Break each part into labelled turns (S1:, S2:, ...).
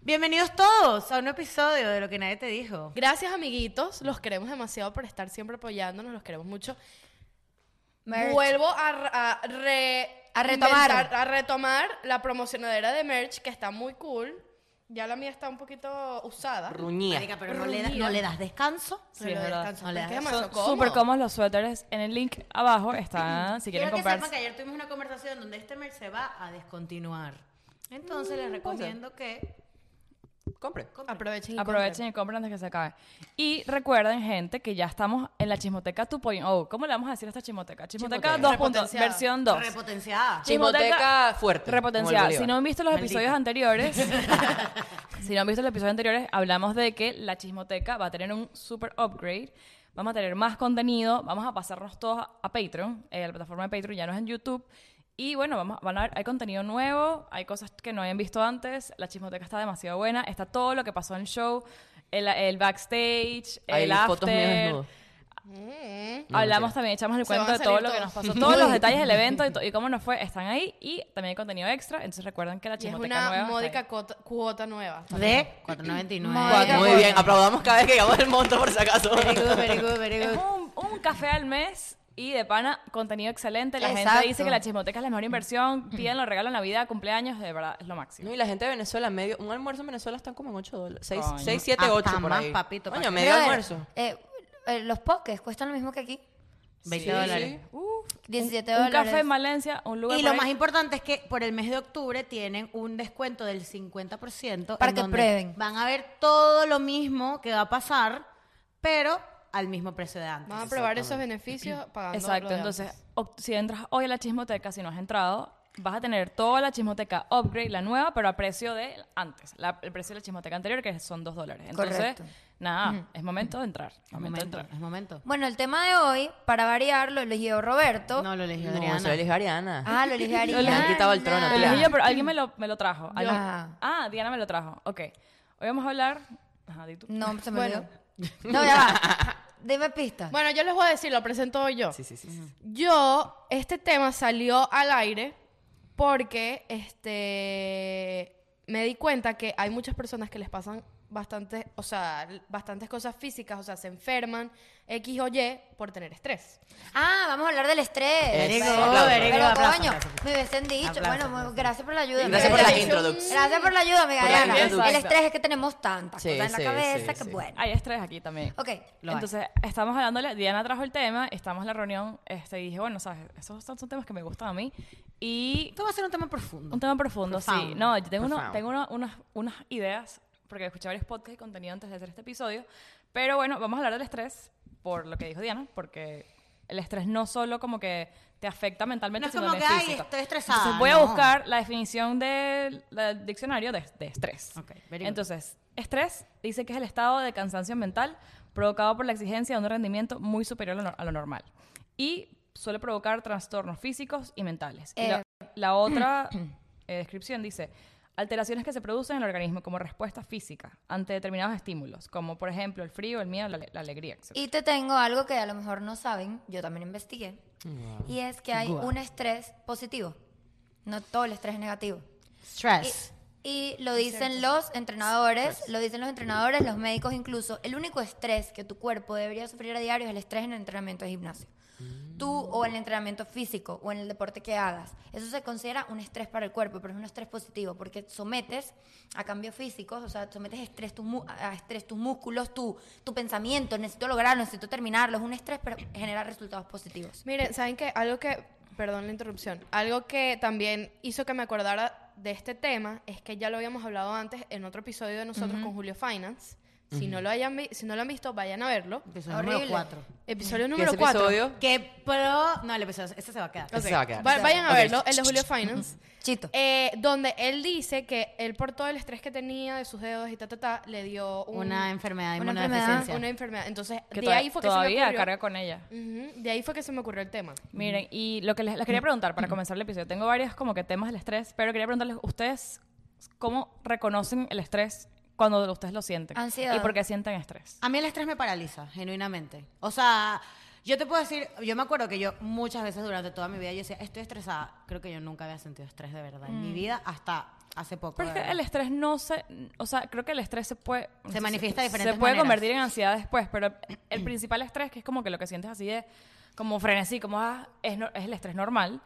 S1: Bienvenidos todos a un episodio de Lo que nadie te dijo.
S2: Gracias, amiguitos. Los queremos demasiado por estar siempre apoyándonos. Los queremos mucho.
S3: Merch.
S2: Vuelvo a, r- a re-
S3: A retomar.
S2: inventar- a retomar la promocionadora de merch que está muy cool. Ya la mía está un poquito usada.
S4: Ruñía.
S1: Marica, pero no le, da- no le das descanso.
S2: Pero
S3: es verdad.
S2: descanso,
S1: No le
S2: porque
S1: das-
S2: es demasiado
S3: Son
S2: cómodo.
S3: súper cómodos los suéteres. En el link abajo está, si quieren
S1: Quiero que
S3: comprar.
S1: sepan que ayer tuvimos una conversación donde este merch se va a descontinuar. Entonces les recomiendo que
S4: Compre.
S2: Aprovechen y
S3: Aprovechen y compren antes que se acabe. Y recuerden, gente, que ya estamos en la chismoteca 2.0. ¿Cómo le vamos a decir a esta chismoteca? Chismoteca,
S4: Chismoteca.
S3: 2.0.
S2: Repotenciada.
S3: Versión 2.
S1: repotenciada.
S4: Chismoteca fuerte.
S3: Repotenciada.
S4: como el
S3: Si no
S4: Bolívar.
S3: han visto los
S1: Maldito.
S3: episodios anteriores, si no han visto los episodios anteriores, hablamos de que la chismoteca va a tener un super upgrade. Vamos a tener más contenido. Vamos a pasarnos todos a Patreon, eh, a la plataforma de Patreon, ya no es en YouTube. Y bueno, vamos, van a ver, hay contenido nuevo, hay cosas que no habían visto antes. La chismoteca está demasiado buena. Está todo lo que pasó en el show, el, el backstage,
S4: Hay
S3: el after.
S4: fotos mías desnudo. No,
S3: Hablamos
S4: mentira.
S3: también, echamos el
S2: Se van
S3: cuento
S2: a
S3: de todo
S2: salir
S3: lo que nos
S2: todos.
S3: pasó. Todos los detalles del evento y, to- y cómo nos fue están ahí. Y también hay contenido extra. Entonces recuerden que la
S2: Y es
S3: chismoteca nueva
S2: una
S3: está
S2: módica
S3: ahí.
S2: cuota, cuota nueva.
S1: De 499.
S2: Módica
S4: Muy
S2: Cuatro.
S4: bien, aplaudamos cada vez que llegamos el monto por si acaso.
S1: Very good, very good, very
S3: Es
S1: good.
S3: un, un café al mes y de pana, contenido excelente. La gente
S1: Exacto.
S3: dice que la chismoteca es la mejor inversión. Piden los regalos en Navidad, cumpleaños. De verdad, es lo máximo.
S4: No, y la gente de Venezuela, medio, un almuerzo en Venezuela están como en 8 dólares. 6,
S3: Coño.
S4: 7,
S1: Hasta
S4: 8 por
S1: más,
S4: ahí.
S1: papito,
S4: Coño,
S1: papito.
S4: medio
S3: Brother.
S4: almuerzo.
S3: Eh,
S5: los pokés cuestan lo mismo que aquí.
S1: 20
S4: Sí,
S1: dólares.
S4: sí.
S3: Uh,
S5: 17
S3: un
S5: dólares.
S3: café en Valencia, un lugar
S1: Y
S3: por
S1: lo
S3: ahí.
S1: más importante es que por el mes de octubre tienen un descuento del 50%.
S5: Para
S1: en
S5: que
S1: donde
S5: prueben.
S1: Van a ver todo lo mismo que va a pasar, pero al mismo precio de antes.
S2: Vamos a probar esos beneficios pagando. lo
S3: Exacto,
S2: de
S3: entonces
S2: antes.
S3: oct- si entras hoy a la chismoteca, si no has entrado, vas a tener toda la chismoteca upgrade, la nueva, pero a precio de antes, la- el precio de la chismoteca anterior, que son dos dólares. Entonces,
S5: Correcto.
S3: nada, es momento de entrar.
S1: Es
S3: momento de
S1: momento,
S3: entrar.
S1: es momento.
S5: Bueno, el tema de hoy, para variar, lo eligió Roberto.
S1: No, lo elegí
S4: No, eso
S1: Adriana.
S4: es Ariana.
S5: Ah, lo eligió
S3: Le
S5: Ariana.
S4: han quitado el trono,
S3: Lo
S4: tía.
S3: elegí yo, pero alguien me lo, me lo trajo. Alguien-
S5: Ajá.
S3: Ah, Diana me lo trajo. Ok. Hoy vamos a hablar. Ajá, di tú.
S5: No, se me
S2: Bueno.
S5: olvidó. No, ya va. Dime pistas.
S2: Bueno, yo les voy a decir, lo presento hoy yo.
S4: Sí, sí, sí. sí.
S2: Yo, este tema salió al aire porque este me di cuenta que hay muchas personas que les pasan bastantes, o sea, l- bastantes cosas físicas, o sea, se enferman X o Y por tener estrés.
S5: Ah, vamos a hablar del estrés.
S4: Very
S5: Pero,
S4: good, very
S5: pero,
S1: good, aplauso,
S5: coño,
S1: aplauso.
S5: me hubiesen dicho.
S1: Aplauso,
S5: bueno, muy-
S1: aplauso.
S5: gracias por la ayuda.
S4: Gracias por la
S5: Gracias.
S4: introducción.
S5: Gracias por la ayuda, amiga
S4: Por la
S5: Diana.
S4: introducción.
S5: El estrés es que tenemos tantas
S4: Sí,
S5: cosas en la
S4: sí,
S5: cabeza
S4: sí,
S5: que
S4: sí.
S5: bueno.
S3: Hay estrés aquí también.
S5: Ok.
S1: Lo hay.
S3: Entonces, estamos hablándole, Diana trajo el tema, estamos en la reunión, este, y dije, bueno, sabes, esos son, son temas que me gustan a mí. Y
S1: Esto va a ser un tema profundo.
S3: Un tema profundo, sí.
S1: Profound.
S3: No, yo tengo, uno-
S4: Profound.
S3: tengo uno- unas, unas ideas, porque escuché varios podcasts y contenido antes de hacer este episodio. Pero bueno, vamos a hablar del estrés, por lo que dijo Diana, porque el estrés no solo como que te afecta
S1: No
S3: mentalmente,
S1: es
S3: sino
S1: como
S3: también
S1: que, "Ay,
S3: físico".
S1: estoy estresada,
S3: Entonces voy a
S1: no.
S3: buscar la definición del del diccionario de, de estrés.
S1: Ok, very good.
S3: Entonces, estrés dice que es el estado de cansancio mental provocado por la exigencia de un rendimiento muy superior a lo, a lo normal. Y suele provocar trastornos físicos y mentales. Y la-
S5: Eh,
S3: la otra eh, descripción dice, alteraciones que se producen en el organismo como respuesta física ante determinados estímulos, como por ejemplo el frío, el miedo, la, ale- la alegría, etc.
S5: Y te tengo algo que a lo mejor no saben, yo también investigué, y es que hay un estrés positivo, no todo el estrés es negativo. Eh,
S1: Stress.
S5: Y lo dicen los entrenadores, lo dicen los entrenadores, los médicos incluso, el único estrés que tu cuerpo debería sufrir a diario es el estrés en el entrenamiento de gimnasio. Tú o en el entrenamiento físico o en el deporte que hagas. Eso se considera un estrés para el cuerpo, pero es un estrés positivo porque sometes a cambios físicos, o sea, sometes estrés tus mu- a estrés tus músculos, tu, tu pensamiento, necesito lograrlo, necesito terminarlo. Es un estrés, pero genera resultados positivos.
S2: Miren, ¿saben qué? Algo que, perdón la interrupción, algo que también hizo que me acordara de este tema es que ya lo habíamos hablado antes en otro episodio de nosotros con Julio Finance. Si, no lo hayan vi- si no lo han visto, vayan a verlo.
S1: Episodio
S5: Horrible.
S1: número 4.
S2: Episodio
S4: Que
S2: número
S4: Pues, ese
S2: 4.
S4: episodio?
S1: Que pro... No, el episodio... Ese se va a quedar.
S4: Ese se va a quedar.
S2: vayan a
S4: Ah, Ok.
S2: verlo, el de Julio Finance.
S5: Chito.
S2: Eh, donde él dice que él por todo el estrés que tenía de sus dedos y ta ta ta le dio un-
S1: Una enfermedad de
S5: Una
S1: inmunodeficiencia.
S2: una enfermedad. Entonces,
S3: Que
S2: de
S3: toda-
S2: ahí fue que se me
S3: todavía
S2: ocurrió.
S3: carga con ella.
S2: Ujú, de ahí fue que se me ocurrió el tema.
S3: Miren, y lo que les, les quería preguntar para comenzar el episodio, tengo varios como que temas del estrés, pero quería preguntarles, ¿ustedes cómo reconocen el estrés cuando ustedes lo sienten?
S5: Ansiedad.
S3: ¿Y por qué sienten estrés?
S1: A mí el estrés me paraliza, genuinamente. O sea, yo te puedo decir, yo me acuerdo que yo muchas veces durante toda mi vida yo decía, estoy estresada. Creo que yo nunca había sentido estrés de verdad en mi vida hasta Hace poco.
S3: Pero es que
S1: ¿verdad?
S3: el estrés no se. O sea, creo que el estrés se puede. no
S1: Se
S3: sé,
S1: manifiesta de diferentes
S3: Se puede
S1: maneras.
S3: convertir en ansiedad después, pero el principal estrés, que es como que lo que sientes así de. Como frenesí, como ah, es, no- es el estrés normal.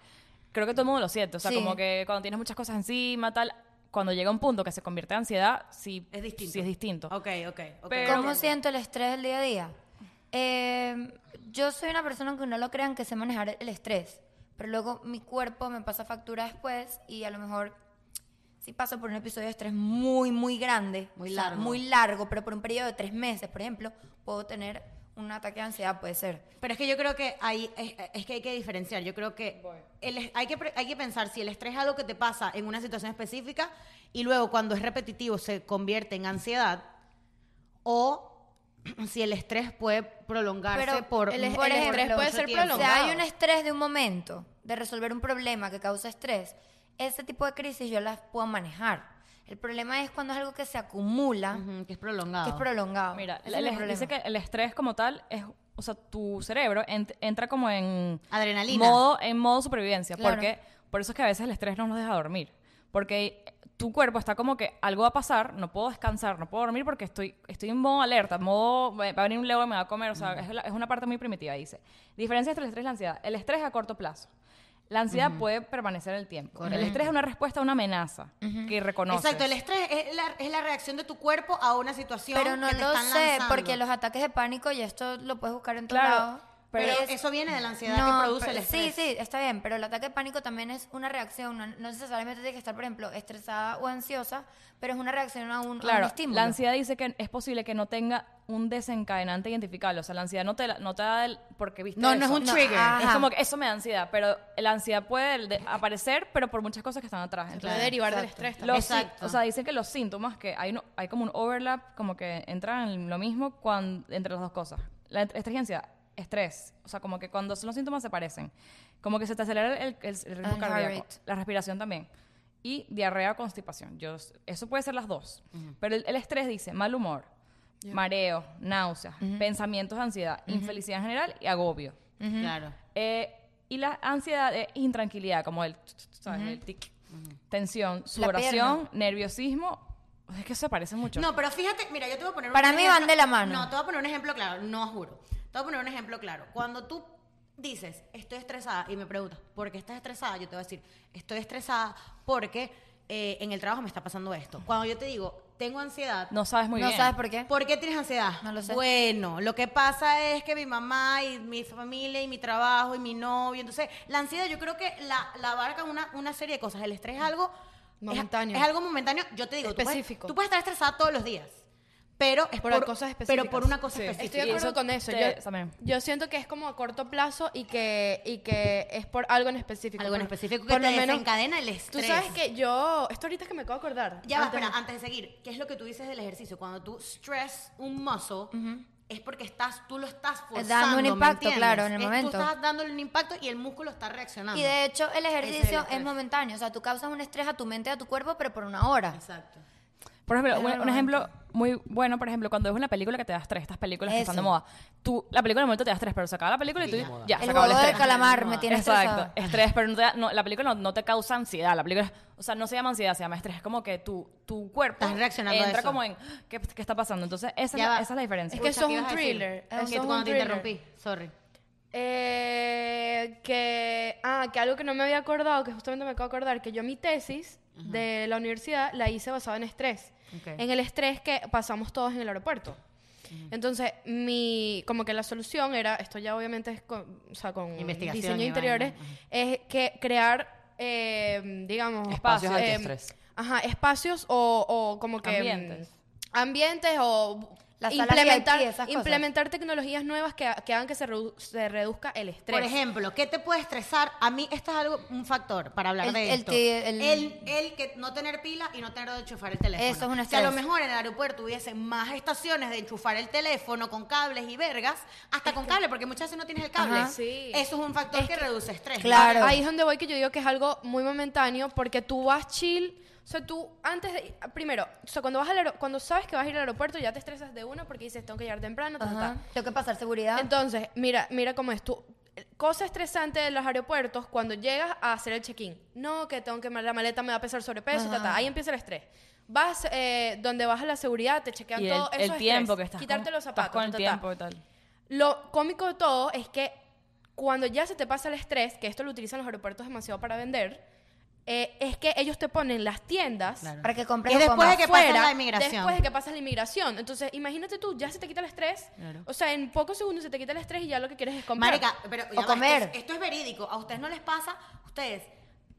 S3: Creo que todo el mundo lo siente. O sea,
S5: Sí.
S3: como que cuando tienes muchas cosas encima, tal. Cuando llega un punto que se convierte en ansiedad, sí.
S1: Es distinto.
S3: Sí, es distinto.
S1: Ok, ok. ok.
S3: Pero-
S5: ¿Cómo siento el estrés del día a día? Eh, yo soy una persona, aunque no lo crean, que sé manejar el estrés. Pero luego mi cuerpo me pasa factura después y a lo mejor sí paso por un episodio de estrés muy, muy grande.
S1: Muy
S5: o sea,
S1: largo.
S5: muy largo, pero por un periodo de tres meses, por ejemplo, puedo tener un ataque de ansiedad, puede ser.
S1: Pero es que yo creo que hay, es, es que hay que diferenciar. Yo creo que, el es- hay que pre- hay que pensar si el estrés es algo que te pasa en una situación específica y luego cuando es repetitivo se convierte en ansiedad o si el estrés puede prolongarse
S5: Pero
S1: por
S2: el es-
S1: mucho
S2: el estrés
S1: tiempo.
S2: puede ser
S1: Mucho tiempo.
S5: O sea, hay
S2: prolongado.
S5: un estrés de un momento, de resolver un problema que causa estrés. Ese tipo de crisis yo las puedo manejar. El problema es cuando es algo que se acumula,
S1: Ujú, que es prolongado.
S5: que es prolongado.
S3: Mira,
S5: Ese es
S3: el-
S5: el problema.
S3: dice que el estrés como tal es, o sea, tu cerebro ent- entra como en
S1: Adrenalina.
S3: modo en modo supervivencia,
S5: Claro.
S3: porque por eso es que a veces el estrés no nos deja dormir, porque tu cuerpo está como que algo va a pasar, no puedo descansar, no puedo dormir porque estoy estoy en modo alerta, modo va a venir un león y me va a comer, o sea, es, la- es una parte muy primitiva dice. Diferencia entre el estrés y la ansiedad. El estrés es a corto plazo. La ansiedad puede permanecer en el tiempo. El estrés es una respuesta a una amenaza que reconoces.
S1: Exacto, el estrés es la, es la reacción de tu cuerpo a una situación
S5: Pero no
S1: que te
S5: lo
S1: están
S5: sé,
S1: lanzando.
S5: porque los ataques de pánico, y esto lo puedes buscar en todos
S3: Claro,
S5: lados.
S1: Pero
S5: es-
S1: eso viene de la ansiedad
S5: no,
S1: que produce
S5: pero-
S1: el estrés.
S5: Sí, sí, está bien, pero el ataque de pánico también es una reacción. No, no necesariamente tiene que estar, por ejemplo, estresada o ansiosa, pero es una reacción a
S1: Ah,
S5: un, a un
S3: Claro,
S5: estímulo.
S3: la ansiedad dice que es posible que no tenga un desencadenante identificable. O sea, la ansiedad no te, la- no te da el... Porque viste
S1: No, no
S3: eso.
S1: es un
S5: No,
S1: trigger.
S5: ah.
S3: Es
S5: Ajá.
S3: como que eso me da ansiedad, pero la ansiedad puede de- aparecer, pero por muchas cosas que están atrás.
S2: Se puede
S3: Entonces,
S2: derivar del
S5: exacto.
S2: estrés también.
S3: los sí-
S1: Exacto.
S3: o sea, dicen que los síntomas, que hay, no- hay como un overlap, como que entran en lo mismo cuan- entre las dos cosas. La ent- estrés y ansiedad. Estrés. O sea, como que cuando son los síntomas se parecen. Como que se te acelera el, el- el ritmo
S5: And heart
S3: cardíaco.
S5: rate.
S3: La respiración también. Y diarrea o constipación. Yo, eso puede ser las dos. Pero el, el estrés dice mal humor, mareo, náuseas, pensamientos de ansiedad, infelicidad en general y agobio.
S1: Claro.
S3: Eh, y la ansiedad es intranquilidad, como el, ¿sabes? el tic. Tensión, sudoración, nerviosismo. Es que se parece mucho.
S1: No, pero fíjate, mira, yo te voy a poner
S5: Para
S1: un
S5: mí
S1: ejemplo-
S5: van de la mano.
S1: No, te voy a poner un ejemplo claro, no juro. Te voy a poner un ejemplo claro. Cuando tú dices, estoy estresada, y me preguntas, ¿por qué estás estresada? Yo te voy a decir, estoy estresada porque eh, en el trabajo me está pasando esto. Cuando yo te digo, tengo ansiedad,
S3: No sabes muy
S5: ¿No
S3: bien.
S5: sabes por qué?
S1: ¿Por qué tienes ansiedad?
S5: No lo sé.
S1: Bueno, lo que pasa es que mi mamá y mi familia y mi trabajo y mi novio. Entonces, la ansiedad yo creo que la, la abarca una, una serie de cosas. El estrés es algo... es-
S2: Momentáneo.
S1: Es, algo momentáneo. Yo te digo, tú puedes-
S2: Específico.
S1: Tú puedes, estar estresada todos los días, pero es
S2: Por
S1: por,
S2: cosas
S1: Pero por
S2: específicas.
S1: una cosa
S3: Sí.
S2: Estoy
S1: específica.
S2: de
S3: Y
S2: acuerdo
S3: eso
S2: con eso.
S3: te-
S2: Yo,
S3: también.
S2: yo siento que es como a corto plazo y que, y que es por algo en específico.
S1: Algo en
S2: Por-
S1: específico que
S2: por
S1: te
S2: lo menos-
S1: desencadena el estrés.
S2: Tú sabes que yo, esto ahorita es que me acabo de acordar.
S1: Ya va,
S2: Antes-
S1: espera, antes de seguir, ¿qué es lo que tú dices del ejercicio? Cuando tú stress un muscle, es porque estás, tú lo estás forzando.
S5: Dando un
S1: ¿me
S5: impacto,
S1: entiendes?
S5: claro, en el
S1: Es-
S5: momento.
S1: Tú estás dándole un impacto y el músculo está reaccionando.
S5: Y de hecho, el ejercicio es,
S1: estrés.
S5: momentáneo. O sea, tú causas un estrés a tu mente y a tu cuerpo, pero por una hora.
S1: Exacto.
S3: Por ejemplo, un,
S5: el
S3: un ejemplo muy bueno, por ejemplo, cuando ves una película que te da estrés, estas películas que están de
S5: Eso.
S3: moda. Tú, la película en el momento te da estrés, pero se acaba la película y tú ya,
S5: el
S3: se acabó el
S5: juego del
S3: estrés.
S5: calamar me
S1: Exacto.
S5: tiene estresado.
S3: Exacto, estrés, pero no te da- no, la película no, no te causa ansiedad, la película, o sea, no se llama ansiedad, se llama estrés, es como que tu, tu cuerpo
S1: Estás reaccionando a
S3: entra
S1: eso.
S3: como en, ¿qué, qué está pasando? Entonces, esa, es
S1: Ya
S3: la,
S1: va.
S3: esa es la diferencia.
S2: Es que
S1: Escucha,
S2: eso
S1: ¿qué
S2: es un
S1: ibas a decir?
S2: thriller,
S1: Es
S2: eso
S1: que
S2: es
S1: cuando
S2: un
S1: te
S2: thriller.
S1: interrumpí, sorry.
S2: Eh, que, ah, que algo que no me había acordado, que justamente me acabo de acordar, que yo mi tesis de la universidad la hice basada en estrés.
S1: Ok.
S2: En el estrés que pasamos todos en el aeropuerto. Entonces, mi, como que la solución era, esto ya obviamente es con, o sea, con
S1: Investigación
S2: diseño
S1: y
S2: de interiores,
S1: vaina, ajá.
S2: es que crear, eh, digamos,
S3: Espacios
S2: eh,
S4: antiestrés.
S2: ajá, espacios o, o como que... mm,
S3: Ambientes.
S2: Ambientes o
S5: La sala
S2: implementar,
S5: VIP, esas cosas.
S2: implementar tecnologías nuevas que, que hagan que se, redu- se reduzca el estrés.
S1: Por
S5: Pues
S1: ejemplo, ¿qué te puede estresar? A mí, esto es algo, un factor para hablar
S5: El-
S1: de
S5: el
S1: esto.
S5: que- el-
S1: el que no tener pila y no tener donde enchufar el teléfono.
S5: Eso es un
S1: Si a lo
S5: estrés.
S1: mejor en el aeropuerto hubiesen más estaciones de enchufar el teléfono con cables y vergas, hasta con cable, porque muchas veces no tienes el cable.
S5: Ajá.
S2: Sí.
S1: Eso es un factor que, reduce estrés. ¿no?
S5: Claro.
S2: Ahí es donde voy que yo digo que es algo muy momentáneo porque tú vas chill. O sea, tú antes de... Primero, o sea, cuando, vas al aero- cuando sabes que vas a ir al aeropuerto ya te estresas de una porque dices, tengo que llegar temprano. ta, ta,
S5: Ajá.
S2: ta".
S5: Tengo que pasar seguridad.
S2: Entonces, mira, mira cómo es tú. cosa estresante de los aeropuertos cuando llegas a hacer el check-in. No, que tengo que ma- la maleta me va a pesar sobrepeso, ta, ta. Ahí empieza el estrés. Vas eh, donde vas a la seguridad, te chequean
S3: Y el,
S2: todo.
S3: el
S2: eso es
S3: tiempo
S2: estrés.
S3: que estás
S2: Quitarte
S3: con,
S2: los zapatos.
S3: estás con el
S2: ta, ta, ta.
S3: tiempo y tal.
S2: Lo cómico de todo es que cuando ya se te pasa el estrés, que esto lo utilizan los aeropuertos demasiado para vender, eh, es que ellos te ponen las tiendas
S1: Claro.
S5: Para que compres
S1: Es
S5: o
S1: después de
S5: comas.
S1: que
S2: fuera
S1: pasas la inmigración.
S2: después de que pasas la inmigración. Entonces, imagínate tú, ya se te quita el estrés.
S1: Claro.
S2: O sea, en pocos segundos se te quita el estrés y ya lo que quieres es comprar.
S1: Marica, pero ya va, esto
S5: comer.
S1: es- Esto, es verídico. A ustedes no les pasa, ustedes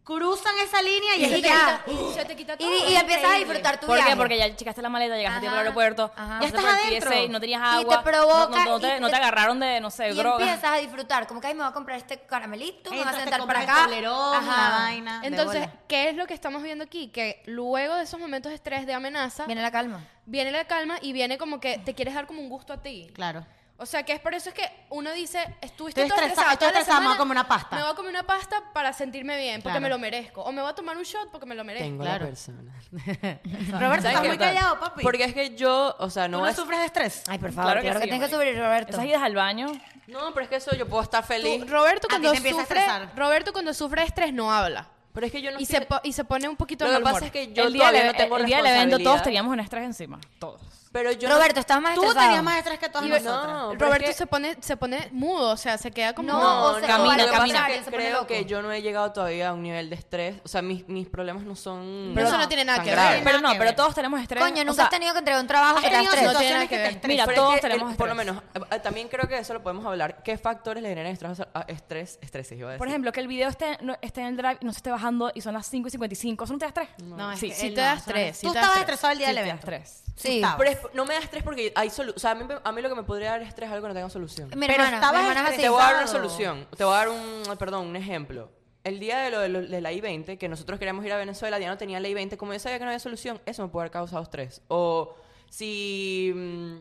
S1: cruzan esa línea y,
S5: Y
S1: es
S5: se
S1: que
S5: te
S1: ya,
S2: quita-
S1: uh,
S2: se te quita
S5: Y,
S2: todo.
S5: y empiezas a disfrutar tu
S3: ¿Por
S5: viaje.
S3: qué? Porque ya checaste la maleta, llegaste a tiempo al
S5: Ajá,
S3: aeropuerto,
S5: ajá.
S3: ya
S1: Ya estás adentro.
S3: no tenías
S5: Y te
S3: agua, no-
S5: provoca,
S3: no, no te,
S5: y
S3: no te
S5: te-
S3: agarraron de, no sé,
S5: Y
S3: droga.
S5: empiezas a disfrutar. Como que ahí me voy a comprar este caramelito, me voy a
S1: Entras, te
S5: sentar para
S1: compras el
S5: acá.
S1: tablerón, la vaina.
S5: De
S2: Entonces,
S5: bola.
S2: ¿qué es lo que estamos viendo aquí? Que luego de esos momentos de estrés, de amenaza,
S5: viene
S2: viene,
S5: la calma.
S2: la calma y viene como que te quieres dar como un gusto a ti.
S1: Claro.
S2: O sea, que es por eso es que uno dice, estuviste
S1: Estoy estresada,
S2: todo estresado,
S1: estoy
S2: toda la
S1: estresada, me voy a
S2: semana,
S1: comer una pasta.
S2: Me voy a comer una pasta para sentirme bien, porque
S1: Claro.
S2: me lo merezco. O me voy a tomar un shot porque me lo merezco.
S4: Tengo
S1: Claro.
S4: la persona.
S1: Roberto,
S4: ¿Sabes
S1: estás
S4: qué
S1: muy
S4: tal?
S1: callado, papi.
S4: Porque es que yo, o sea,
S1: ¿Tú
S4: no
S1: no
S4: es...
S1: sufres de estrés?
S5: Ay, por favor,
S3: Claro
S5: claro
S3: que
S5: que,
S3: sí,
S5: tienes que
S3: marica.
S5: subir, Roberto.
S3: Esas idas al baño,
S4: No, pero es que eso yo puedo estar feliz.
S2: Tú,
S1: A ti
S2: Roberto cuando
S1: te empieza a
S2: sufre,
S1: estresar.
S2: Roberto cuando sufre estrés no habla.
S4: Pero es que yo no
S2: Y
S4: estoy-
S2: se, po- y se pone un poquito
S4: Lo
S2: de
S4: que
S2: mal humor.
S4: pasa es que yo
S3: el día,
S4: todavía
S3: del-
S4: no tengo
S3: el día del evento todos
S4: responsabilidad.
S3: teníamos un estrés encima, todos.
S4: Pero yo no-
S5: Roberto, estás más
S1: Tú
S5: estresado.
S1: tenías más estrés que todas
S4: Y-
S1: nosotras.
S4: no, pero
S2: Roberto
S4: es que-
S2: se pone se pone mudo, o sea, se queda como
S5: No,
S4: No,
S5: o sea,
S3: camina,
S5: o al
S3: camina.
S5: contrario, se pone
S4: creo
S5: loco.
S4: que yo no he llegado todavía a un nivel de estrés. O sea, mis, mis problemas no son.
S2: Pero eso
S5: no
S4: tan
S2: tiene nada que
S4: graves.
S2: ver.
S3: Pero
S1: nada
S3: no,
S1: que
S3: pero
S1: ver.
S3: todos tenemos estrés.
S5: Coño, nunca
S3: o sea,
S5: has tenido que entregar un trabajo que
S1: Has
S5: te da
S1: tenido
S5: estrés.
S2: No tiene nada
S1: situaciones que
S2: que
S1: te
S2: ver.
S1: estresan.
S3: Mira,
S4: Pero es
S3: todos
S4: que,
S3: tenemos
S4: eh, Por lo
S3: estrés.
S4: menos, eh, eh, también creo que eso lo podemos hablar. ¿Qué factores le generan estrés? a- a- Estrés, estreses, iba a decir.
S3: Por ejemplo, que el video esté, no- esté en el drive y no se esté bajando y son las 5 y 55. ¿Eso no te da estrés?
S1: No, es
S3: sí,
S1: que
S3: sí
S1: él
S2: te
S1: no,
S2: das
S1: eso no es-
S2: tres, sí
S1: Tú
S2: te das
S1: estabas
S2: tres.
S1: estresado el día
S3: Sí,
S1: del
S3: te da
S1: evento.
S3: estrés.
S5: Sí.
S1: estabas.
S4: Ah, Pero es- no me da estrés porque hay solu- O sea, a mí, a mí lo que me podría dar estrés es algo que no tenga solución.
S5: Mi
S1: Pero
S5: hermana, mi
S1: estabas
S5: hermana es así.
S4: Te voy a dar una
S1: pesado.
S4: solución. Te voy a dar un, perdón, un ejemplo. El día de, lo, de, lo- de la I-20, que nosotros queríamos ir a Venezuela, Diana tenía la I-20, como yo sabía que no había solución, eso me puede haber causado estrés. O si... mm,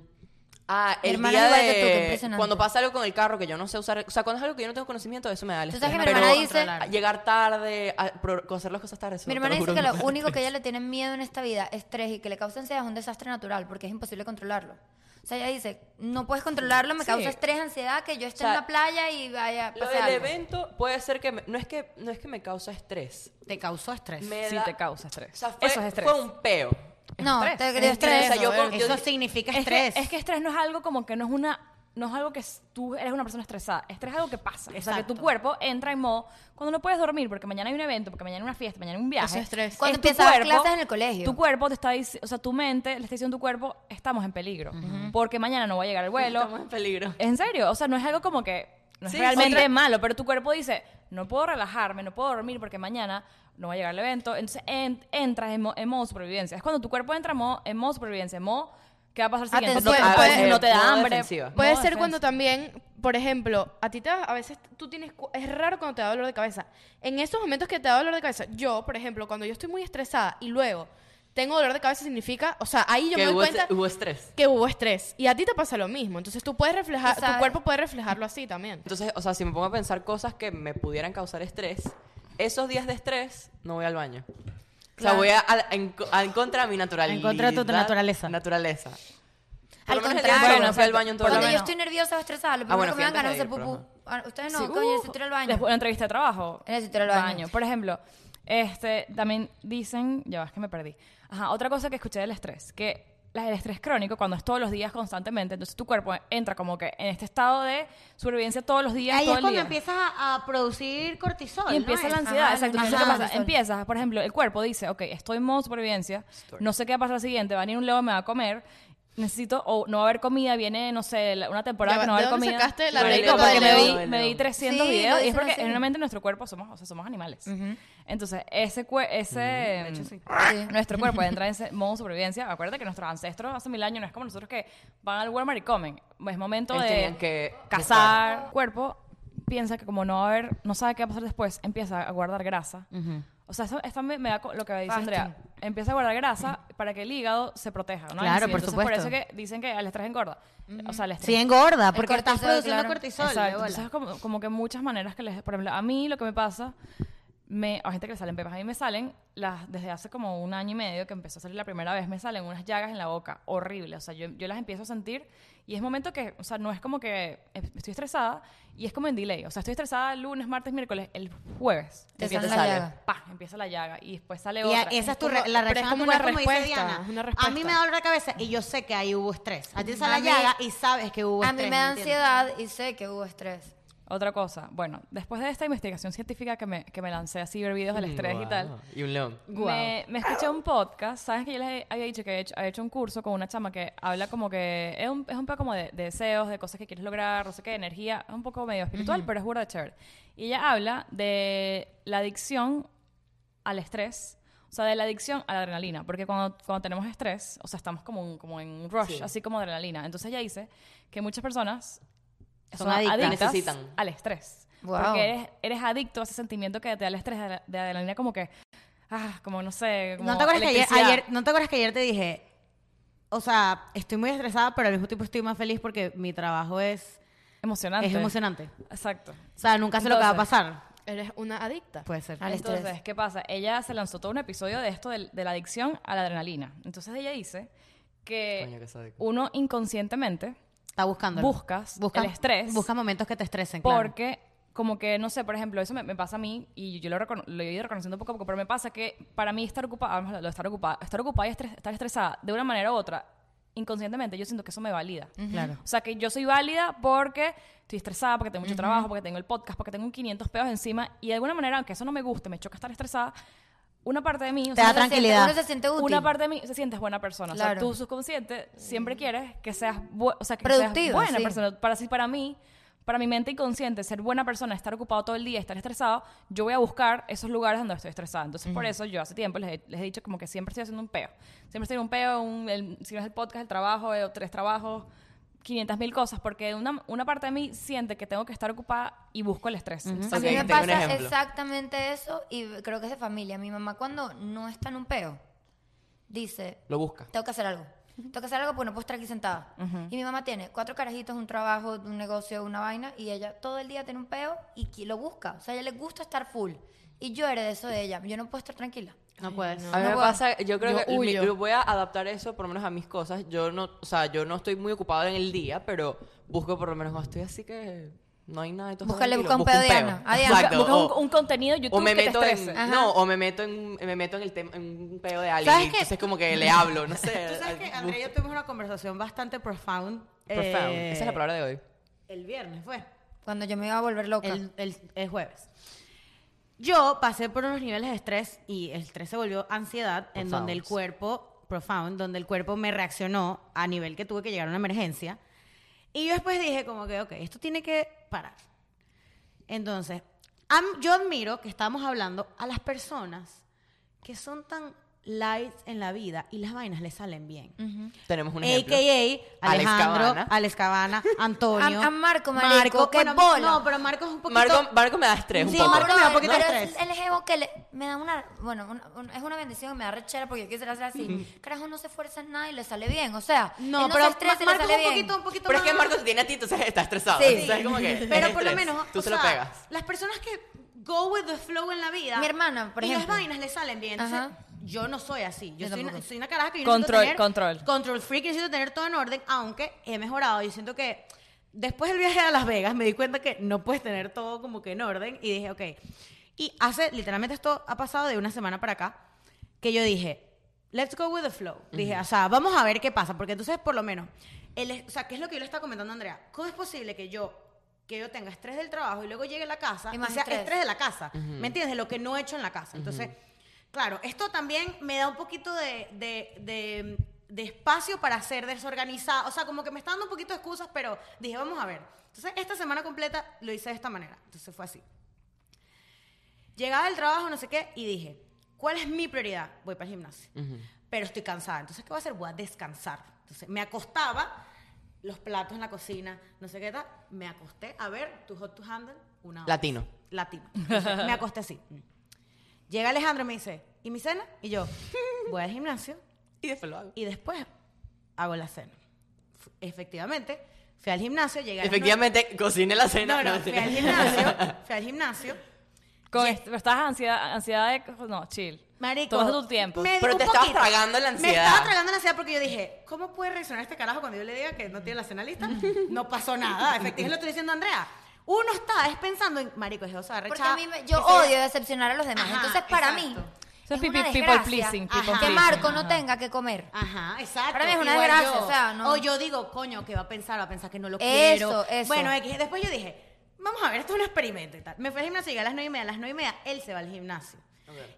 S4: Ah, el día
S5: hermana es igual que tú, qué
S4: de...
S5: impresionante.
S4: cuando pasa algo con el carro que yo no sé usar, o sea, cuando es algo que yo no tengo conocimiento, eso me da el
S5: Tú
S4: estrés.
S5: sabes que mi
S4: Pero
S5: hermana dice,
S1: controlar.
S4: llegar tarde, a pro- hacer las cosas tarde, eso
S5: mi
S4: te
S5: hermana
S4: lo
S5: dice
S4: juro,
S5: que
S4: no
S5: lo
S4: me da
S5: único que
S4: estrés.
S5: ella le tiene miedo en esta vida, estrés y que le causa ansiedad es un desastre natural porque es imposible controlarlo. O sea, ella dice, no puedes controlarlo, me
S3: Sí.
S5: causa estrés, ansiedad, que yo esté
S4: O sea,
S5: en la playa y vaya a
S4: Lo
S5: pasar
S4: del
S5: algo.
S4: evento puede ser que... me- no, es que no es que me causa estrés.
S1: Te causó estrés.
S4: Me
S3: Sí,
S4: da-
S3: te causa estrés.
S4: O sea, fue-
S3: Eso es estrés.
S4: Fue un peo.
S5: No,
S3: estrés,
S5: te
S3: es
S5: dio
S4: estrés,
S5: estrés.
S4: o sea, yo con-
S1: Eso
S4: yo-
S1: significa
S3: Es que,
S1: estrés.
S3: es que estrés no es algo como que no es una no es algo que s- tú eres una persona estresada, estrés es algo que pasa, o sea que tu
S1: Exacto.
S3: cuerpo entra en modo cuando no puedes dormir porque mañana hay un evento, porque mañana hay una fiesta, mañana hay un viaje.
S2: Eso es estrés.
S5: Cuando
S3: Es tu
S5: empiezan las clases en el colegio.
S3: Tu cuerpo te está diciendo, o sea, tu mente le está diciendo a tu cuerpo, estamos en peligro, porque mañana no va a llegar el vuelo.
S4: Estamos en peligro.
S3: En serio, o sea, no es algo como que no es
S4: Sí,
S3: realmente
S4: otra-
S3: malo, pero tu cuerpo dice, no puedo relajarme, no puedo dormir porque mañana no va a llegar el evento. Entonces en- entras en, mo- en modo supervivencia. Es cuando tu cuerpo entra en modo, en modo supervivencia, en modo, ¿qué va a pasar si no,
S5: Atención,
S3: te- no
S2: puede-
S3: te- no te da
S4: modo
S3: hambre?
S4: defensiva.
S2: Puede
S3: Modo
S2: ser
S3: defensa.
S2: cuando también, por ejemplo, a ti te da- a veces tú tienes cu- es raro cuando te da dolor de cabeza. En esos momentos que te da dolor de cabeza, yo, por ejemplo, cuando yo estoy muy estresada y luego tengo dolor de cabeza significa, o sea, ahí yo
S4: que
S2: me doy
S4: hubo,
S2: cuenta
S4: est- hubo estrés.
S2: que hubo estrés y a ti te pasa lo mismo, entonces tú puedes reflejar, tu
S5: Tú sabes.
S2: cuerpo puede reflejarlo así también.
S4: Entonces, o sea, si me pongo a pensar cosas que me pudieran causar estrés, esos días de estrés no voy al baño.
S5: Claro.
S4: O sea, voy a, a- en, co- a- en contra de mi naturaleza.
S1: En contra de tu naturaleza.
S4: Naturaleza.
S5: Al
S4: Por lo menos el día
S5: contrario.
S4: que no fui al baño en todo el
S5: Cuando yo
S4: año.
S5: estoy nerviosa o estresada, lo primero
S4: Ah, bueno,
S5: que me dan
S4: fui
S5: ganas
S4: antes
S5: es hacer
S4: de ir,
S5: pupú. Ah, Ustedes no,
S3: Sí,
S5: coño, yo
S3: uh,
S5: necesito ir al baño.
S3: Después de una entrevista de trabajo.
S5: Necesito ir al baño.
S3: Por ejemplo, este, también dicen, ya vas que me perdí. Ajá, otra cosa que escuché del estrés, que la- el estrés crónico, cuando es todos los días constantemente, entonces tu cuerpo entra como que en este estado de supervivencia todos los días,
S1: Ahí
S3: todo
S1: es
S3: el
S1: cuando
S3: día.
S1: empiezas a, a producir cortisol.
S3: Y empieza
S1: ¿no?
S3: la
S1: Es-
S3: ansiedad,
S5: Ajá,
S3: exacto.
S5: la
S3: Entonces, ¿qué
S5: ansiedad,
S3: pasa?
S5: cortisol.
S3: Empiezas, por ejemplo, el cuerpo dice, ok, estoy en modo supervivencia, no sé qué va a pasar siguiente, va a venir un león, me va a comer, necesito, o no va a haber comida, viene, no sé, la- una temporada
S2: Ya
S3: que no
S2: va,
S3: va a
S2: ¿de
S3: haber
S2: dónde
S3: comida.
S2: sacaste la
S3: Marico,
S4: anécdota
S3: porque
S4: del
S3: me
S4: león?
S3: vi, me vi 300
S5: Sí, lo
S3: videos y es
S5: dicen
S3: porque
S5: así.
S3: generalmente nuestro cuerpo somos, o sea, somos animales. Entonces, ese, cue- ese
S5: Sí.
S3: nuestro cuerpo entra en ese modo supervivencia. Acuérdate que nuestros ancestros hace mil años no es como nosotros que van al Walmart y comen. Es momento
S4: Ellos
S3: de
S4: tenían que
S3: cazar. Cuerpo piensa que como no va a haber, no sabe qué va a pasar después, empieza a guardar grasa. O sea, eso, esto me, me da co- lo que dice
S5: Fasting.
S3: Andrea. Empieza a guardar grasa para que el hígado se proteja. ¿no?
S1: Claro,
S3: Sí,
S1: por
S3: entonces,
S1: supuesto.
S3: Por eso que dicen que el estrés engorda. O sea, el estrés.
S1: Sí, engorda, porque
S5: cortisol,
S1: estás produciendo
S5: claro.
S1: cortisol. de
S3: Exacto.
S1: bola.
S3: Entonces, como, como que muchas maneras que les. Por ejemplo, a mí lo que me pasa me, a gente que le salen pepas, a mí me salen, las, desde hace como un año y medio que empezó a salir la primera vez, me salen unas llagas en la boca, horrible. O sea, yo, yo las empiezo a sentir y es momento que, o sea, no es como que eh, estoy estresada y es como en delay. O sea, estoy estresada lunes, martes, miércoles, el jueves.
S5: Te
S3: empieza-
S5: sale la
S3: sale,
S5: llaga.
S3: pa, empieza la llaga y después sale
S1: Y a-
S3: otra.
S1: esa es tu
S2: como-
S1: re- la
S2: pero es
S1: reacción
S2: como
S1: natural,
S2: una
S1: como dice
S2: respuesta,
S1: Diana.
S2: es una
S1: A mí
S2: respuesta.
S1: me da dolor la cabeza y yo sé que ahí hubo estrés. Mm. A ti te sale
S5: A
S1: la
S5: mí-
S1: llaga y sabes que hubo
S5: A
S1: estrés.
S5: mí me da
S1: ¿me entiendes?
S5: ansiedad y sé que hubo estrés.
S3: Otra cosa, bueno, después de esta investigación científica que me, que me lancé así, ver videos del estrés y tal,
S4: Mm, Y un león.
S3: me, me escuché un podcast, ¿sabes que yo les había dicho que he hecho, he hecho un curso con una chama que habla como que es un, es un poco como de, de deseos, de cosas que quieres lograr, no sé qué, de energía, es un poco medio espiritual, pero es burda de chévere. Y ella habla de la adicción al estrés, o sea, de la adicción a la adrenalina, porque cuando, cuando tenemos estrés, o sea, estamos como, un- como en un rush,
S4: Sí.
S3: así como adrenalina. Entonces ella dice que muchas personas
S1: Son
S3: son adictas,
S1: adictas.
S4: Necesitan.
S3: al estrés.
S5: Wow.
S3: Porque eres, eres adicto a ese sentimiento que te da el estrés de, de adrenalina, como que, ah, como no sé, como
S1: ¿No te, acuerdas que ayer,
S3: electricidad.
S1: ayer- ¿No te acuerdas que ayer te dije, o sea, estoy muy estresada, pero al mismo tiempo estoy más feliz porque mi trabajo es,
S3: Emocionante.
S1: es emocionante?
S3: Exacto.
S1: O sea, nunca sé lo que va a
S3: Entonces-
S1: pasar.
S2: Eres una adicta.
S1: Puede ser.
S5: Al estrés.
S3: Entonces, ¿qué pasa? Ella se lanzó todo un episodio de esto del- de, la adicción a la adrenalina. Entonces ella dice que
S4: Coño, que sádico.
S3: uno inconscientemente
S1: Está buscando.
S3: Buscas el estrés.
S1: Buscas momentos que te estresen, claro.
S3: Porque, como que, no sé, por ejemplo, eso me, me pasa a mí y yo lo, recono- lo he ido reconociendo poco a poco, pero me pasa que para mí estar ocupada, vamos a lo de estar ocupada, estar ocupada y estres- estar estresada de una manera u otra, inconscientemente, yo siento que eso me valida.
S1: Claro.
S3: O sea, que yo soy válida porque estoy estresada, porque tengo mucho trabajo, porque tengo el podcast, porque tengo un 500 pedos encima y de alguna manera, aunque eso no me guste, me choca estar estresada, una parte de mí... o
S1: Te da
S4: Ah,
S5: Uno se siente-
S1: tranquilidad.
S5: uno se siente útil.
S3: una parte de mí se sientes buena persona. O sea,
S5: Claro.
S3: tu subconsciente siempre quieres que seas, bu- o sea, que seas
S5: Productiva,
S3: buena
S5: sí.
S3: persona. Para, sí, para mí, para mi mente inconsciente, ser buena persona, estar ocupado todo el día, estar estresado, yo voy a buscar esos lugares donde estoy estresada. Entonces, por eso yo hace tiempo les he, les he dicho como que siempre estoy haciendo un peo. Siempre estoy en un peo, un- el- si no es el podcast, el trabajo, eh, o tres trabajos. 500 mil cosas, porque una, una parte de mí siente que tengo que estar ocupada y busco el estrés.
S5: A
S4: Ok,
S5: mí me
S4: tengo un
S5: pasa
S4: ejemplo.
S5: exactamente eso y creo que es de familia. Mi mamá cuando no está en un peo, dice,
S4: Lo busca.
S5: tengo que hacer algo. Tengo que hacer algo porque no puedo estar aquí sentada. Y mi mamá tiene cuatro carajitos, un trabajo, un negocio, una vaina, y ella todo el día tiene un peo y qui- lo busca. O sea, a ella le gusta estar full. Y yo heredé eso de ella. Yo no puedo estar tranquila.
S1: No puedes.
S4: A mí
S5: No
S4: me
S5: puedo.
S4: pasa, yo creo
S2: Yo
S4: que mi-
S2: huyo.
S4: yo voy a adaptar eso por lo menos a mis cosas. Yo no, o sea, yo no estoy muy ocupada en el día, pero busco por lo menos cuando estoy así que no hay nada. y todo está
S5: Búscale,
S4: tranquilo,
S5: busca un
S4: busco
S5: pedo, Diana. A Diana.
S4: Exacto,
S3: Busca un,
S4: o-
S3: un contenido de YouTube
S4: o me
S3: que te
S4: meto
S3: estrese.
S4: en, no, o me meto en, me meto en el tema, en un pedo de alguien.
S5: ¿Sabes
S4: y
S5: qué?
S4: Entonces como que le hablo, no sé.
S1: Tú sabes que
S4: busco-
S1: Andrea y yo tuvimos una conversación bastante profound.
S4: Profound.
S1: eh,
S4: Esa es la palabra de hoy.
S1: El viernes fue.
S5: Cuando yo me iba a volver loca.
S1: El, el- el jueves. Yo pasé por unos niveles de estrés y el estrés se volvió ansiedad en
S4: Profound.
S1: donde el cuerpo, profound, donde el cuerpo me reaccionó a nivel que tuve que llegar a una emergencia. Y yo después dije como que, ok, esto tiene que parar. Entonces, am- yo admiro que estamos hablando a las personas que son tan light en la vida y las vainas les salen bien.
S4: Tenemos un
S1: eh,
S4: ejemplo.
S1: AKA
S4: Alex
S1: Alejandro,
S4: Cabana.
S1: Alex Cabana, Antonio.
S5: A- a Marco, marico, qué
S1: bueno,
S5: bola.
S1: No, pero Marco es un poquito...
S4: Marco, Marco me da estrés
S1: Sí,
S4: un poco.
S1: Marco- me da un
S5: Brother,
S1: poquito de
S5: pero es
S1: estrés.
S5: El jevo que le, me da una, bueno, una- un- es una bendición, me da rechera porque yo quisiera ser así. Carajo, no se esfuerza en nada y le sale bien. O sea,
S1: No,
S5: él
S1: pero
S5: se estresa y le
S1: Marco es
S5: sale
S1: un
S5: bien.
S1: poquito, un poquito
S4: Pero es que
S1: más-
S4: Marco te tiene a ti, entonces está estresado.
S5: Sí.
S4: Entonces, como que, es
S1: Pero por lo
S4: estrés.
S1: menos,
S4: Tú
S1: o
S4: se lo
S1: sea,
S4: pegas.
S1: las personas que go with the flow en la vida.
S5: Mi hermana, por
S1: y
S5: ejemplo.
S1: las vainas le salen bien. Entonces,
S5: Ajá.
S1: yo no soy así. Yo,
S5: Yo
S1: soy, una,
S5: tampoco.
S1: soy una caraja que yo necesito
S3: Control,
S1: tener...
S3: control.
S1: Control freak, yo necesito tener todo en orden, aunque he mejorado. Yo siento que después del viaje a Las Vegas me di cuenta que no puedes tener todo como que en orden y dije, ok. Y hace, literalmente esto ha pasado de una semana para acá, que yo dije, let's go with the flow. Dije, o sea, vamos a ver qué pasa, porque entonces por lo menos, el, o sea, ¿qué es lo que yo le estaba comentando a Andrea? ¿Cómo es posible que yo que yo tenga estrés del trabajo y luego llegue a la casa
S5: Y
S1: y,
S5: más
S1: sea
S5: estrés.
S1: estrés de la casa, ¿me entiendes? De lo que no he hecho en la casa. Entonces, claro, esto también me da un poquito de, de- de- de espacio para ser desorganizada. O sea, como que me está dando un poquito de excusas, pero dije, vamos a ver. Entonces, esta semana completa lo hice de esta manera. Entonces fue así. Llegaba del trabajo, no sé qué, y dije, ¿cuál es mi prioridad? Voy para el gimnasio. Pero estoy cansada. Entonces, ¿qué voy a hacer? Voy a descansar. Entonces, me acostaba, los platos en la cocina, no sé qué tal. Me acosté a ver tu hot to handle una hora.
S4: Latino.
S1: Latino. Entonces, me acosté así. Llega Alejandro y me dice, ¿y mi cena? Y yo, voy al gimnasio
S4: Y después lo hago.
S1: y después hago la cena. Fu- Efectivamente, fui al gimnasio, llegué a las nueve-
S4: Efectivamente, cociné la cena.
S1: no, no,
S4: sí.
S1: fui al gimnasio, fui al gimnasio,
S3: Con est- pero estás ansiedad, ansiedad de... No, chill.
S1: Marico.
S3: Tómate tu tiempo.
S1: me
S4: Pero
S1: dio
S4: te
S1: un
S4: estabas
S1: poquito.
S4: tragando la
S1: Me
S4: ansiedad.
S1: estaba tragando la ansiedad porque yo dije, ¿cómo puede reaccionar este carajo cuando yo le diga que no tiene la cena lista? No pasó nada. Efectivamente, es lo que estoy diciendo Andrea. Uno está es pensando en, marico, es osa
S5: Porque
S1: rechazada.
S5: a mí me- yo
S1: que se-
S5: odio decepcionar a los demás.
S1: Ajá,
S5: Entonces, para mí,
S1: exacto.
S3: Eso es
S5: es una
S3: people- people
S5: desgracia
S3: pleasing, people
S5: que
S1: pleasing.
S5: Marco no
S3: Ajá.
S5: tenga que comer.
S1: Ajá, exacto.
S5: Para mí es una
S1: igual
S5: desgracia,
S1: yo.
S5: o sea, no.
S1: yo digo, coño, ¿qué va a pensar? Va a pensar que no lo
S5: Eso,
S1: quiero.
S5: eso.
S1: Bueno, X. después yo dije, vamos a ver, esto es un experimento y tal. Me fui al gimnasio, llegué a las nueve y media. A las nueve y media, él se va al gimnasio.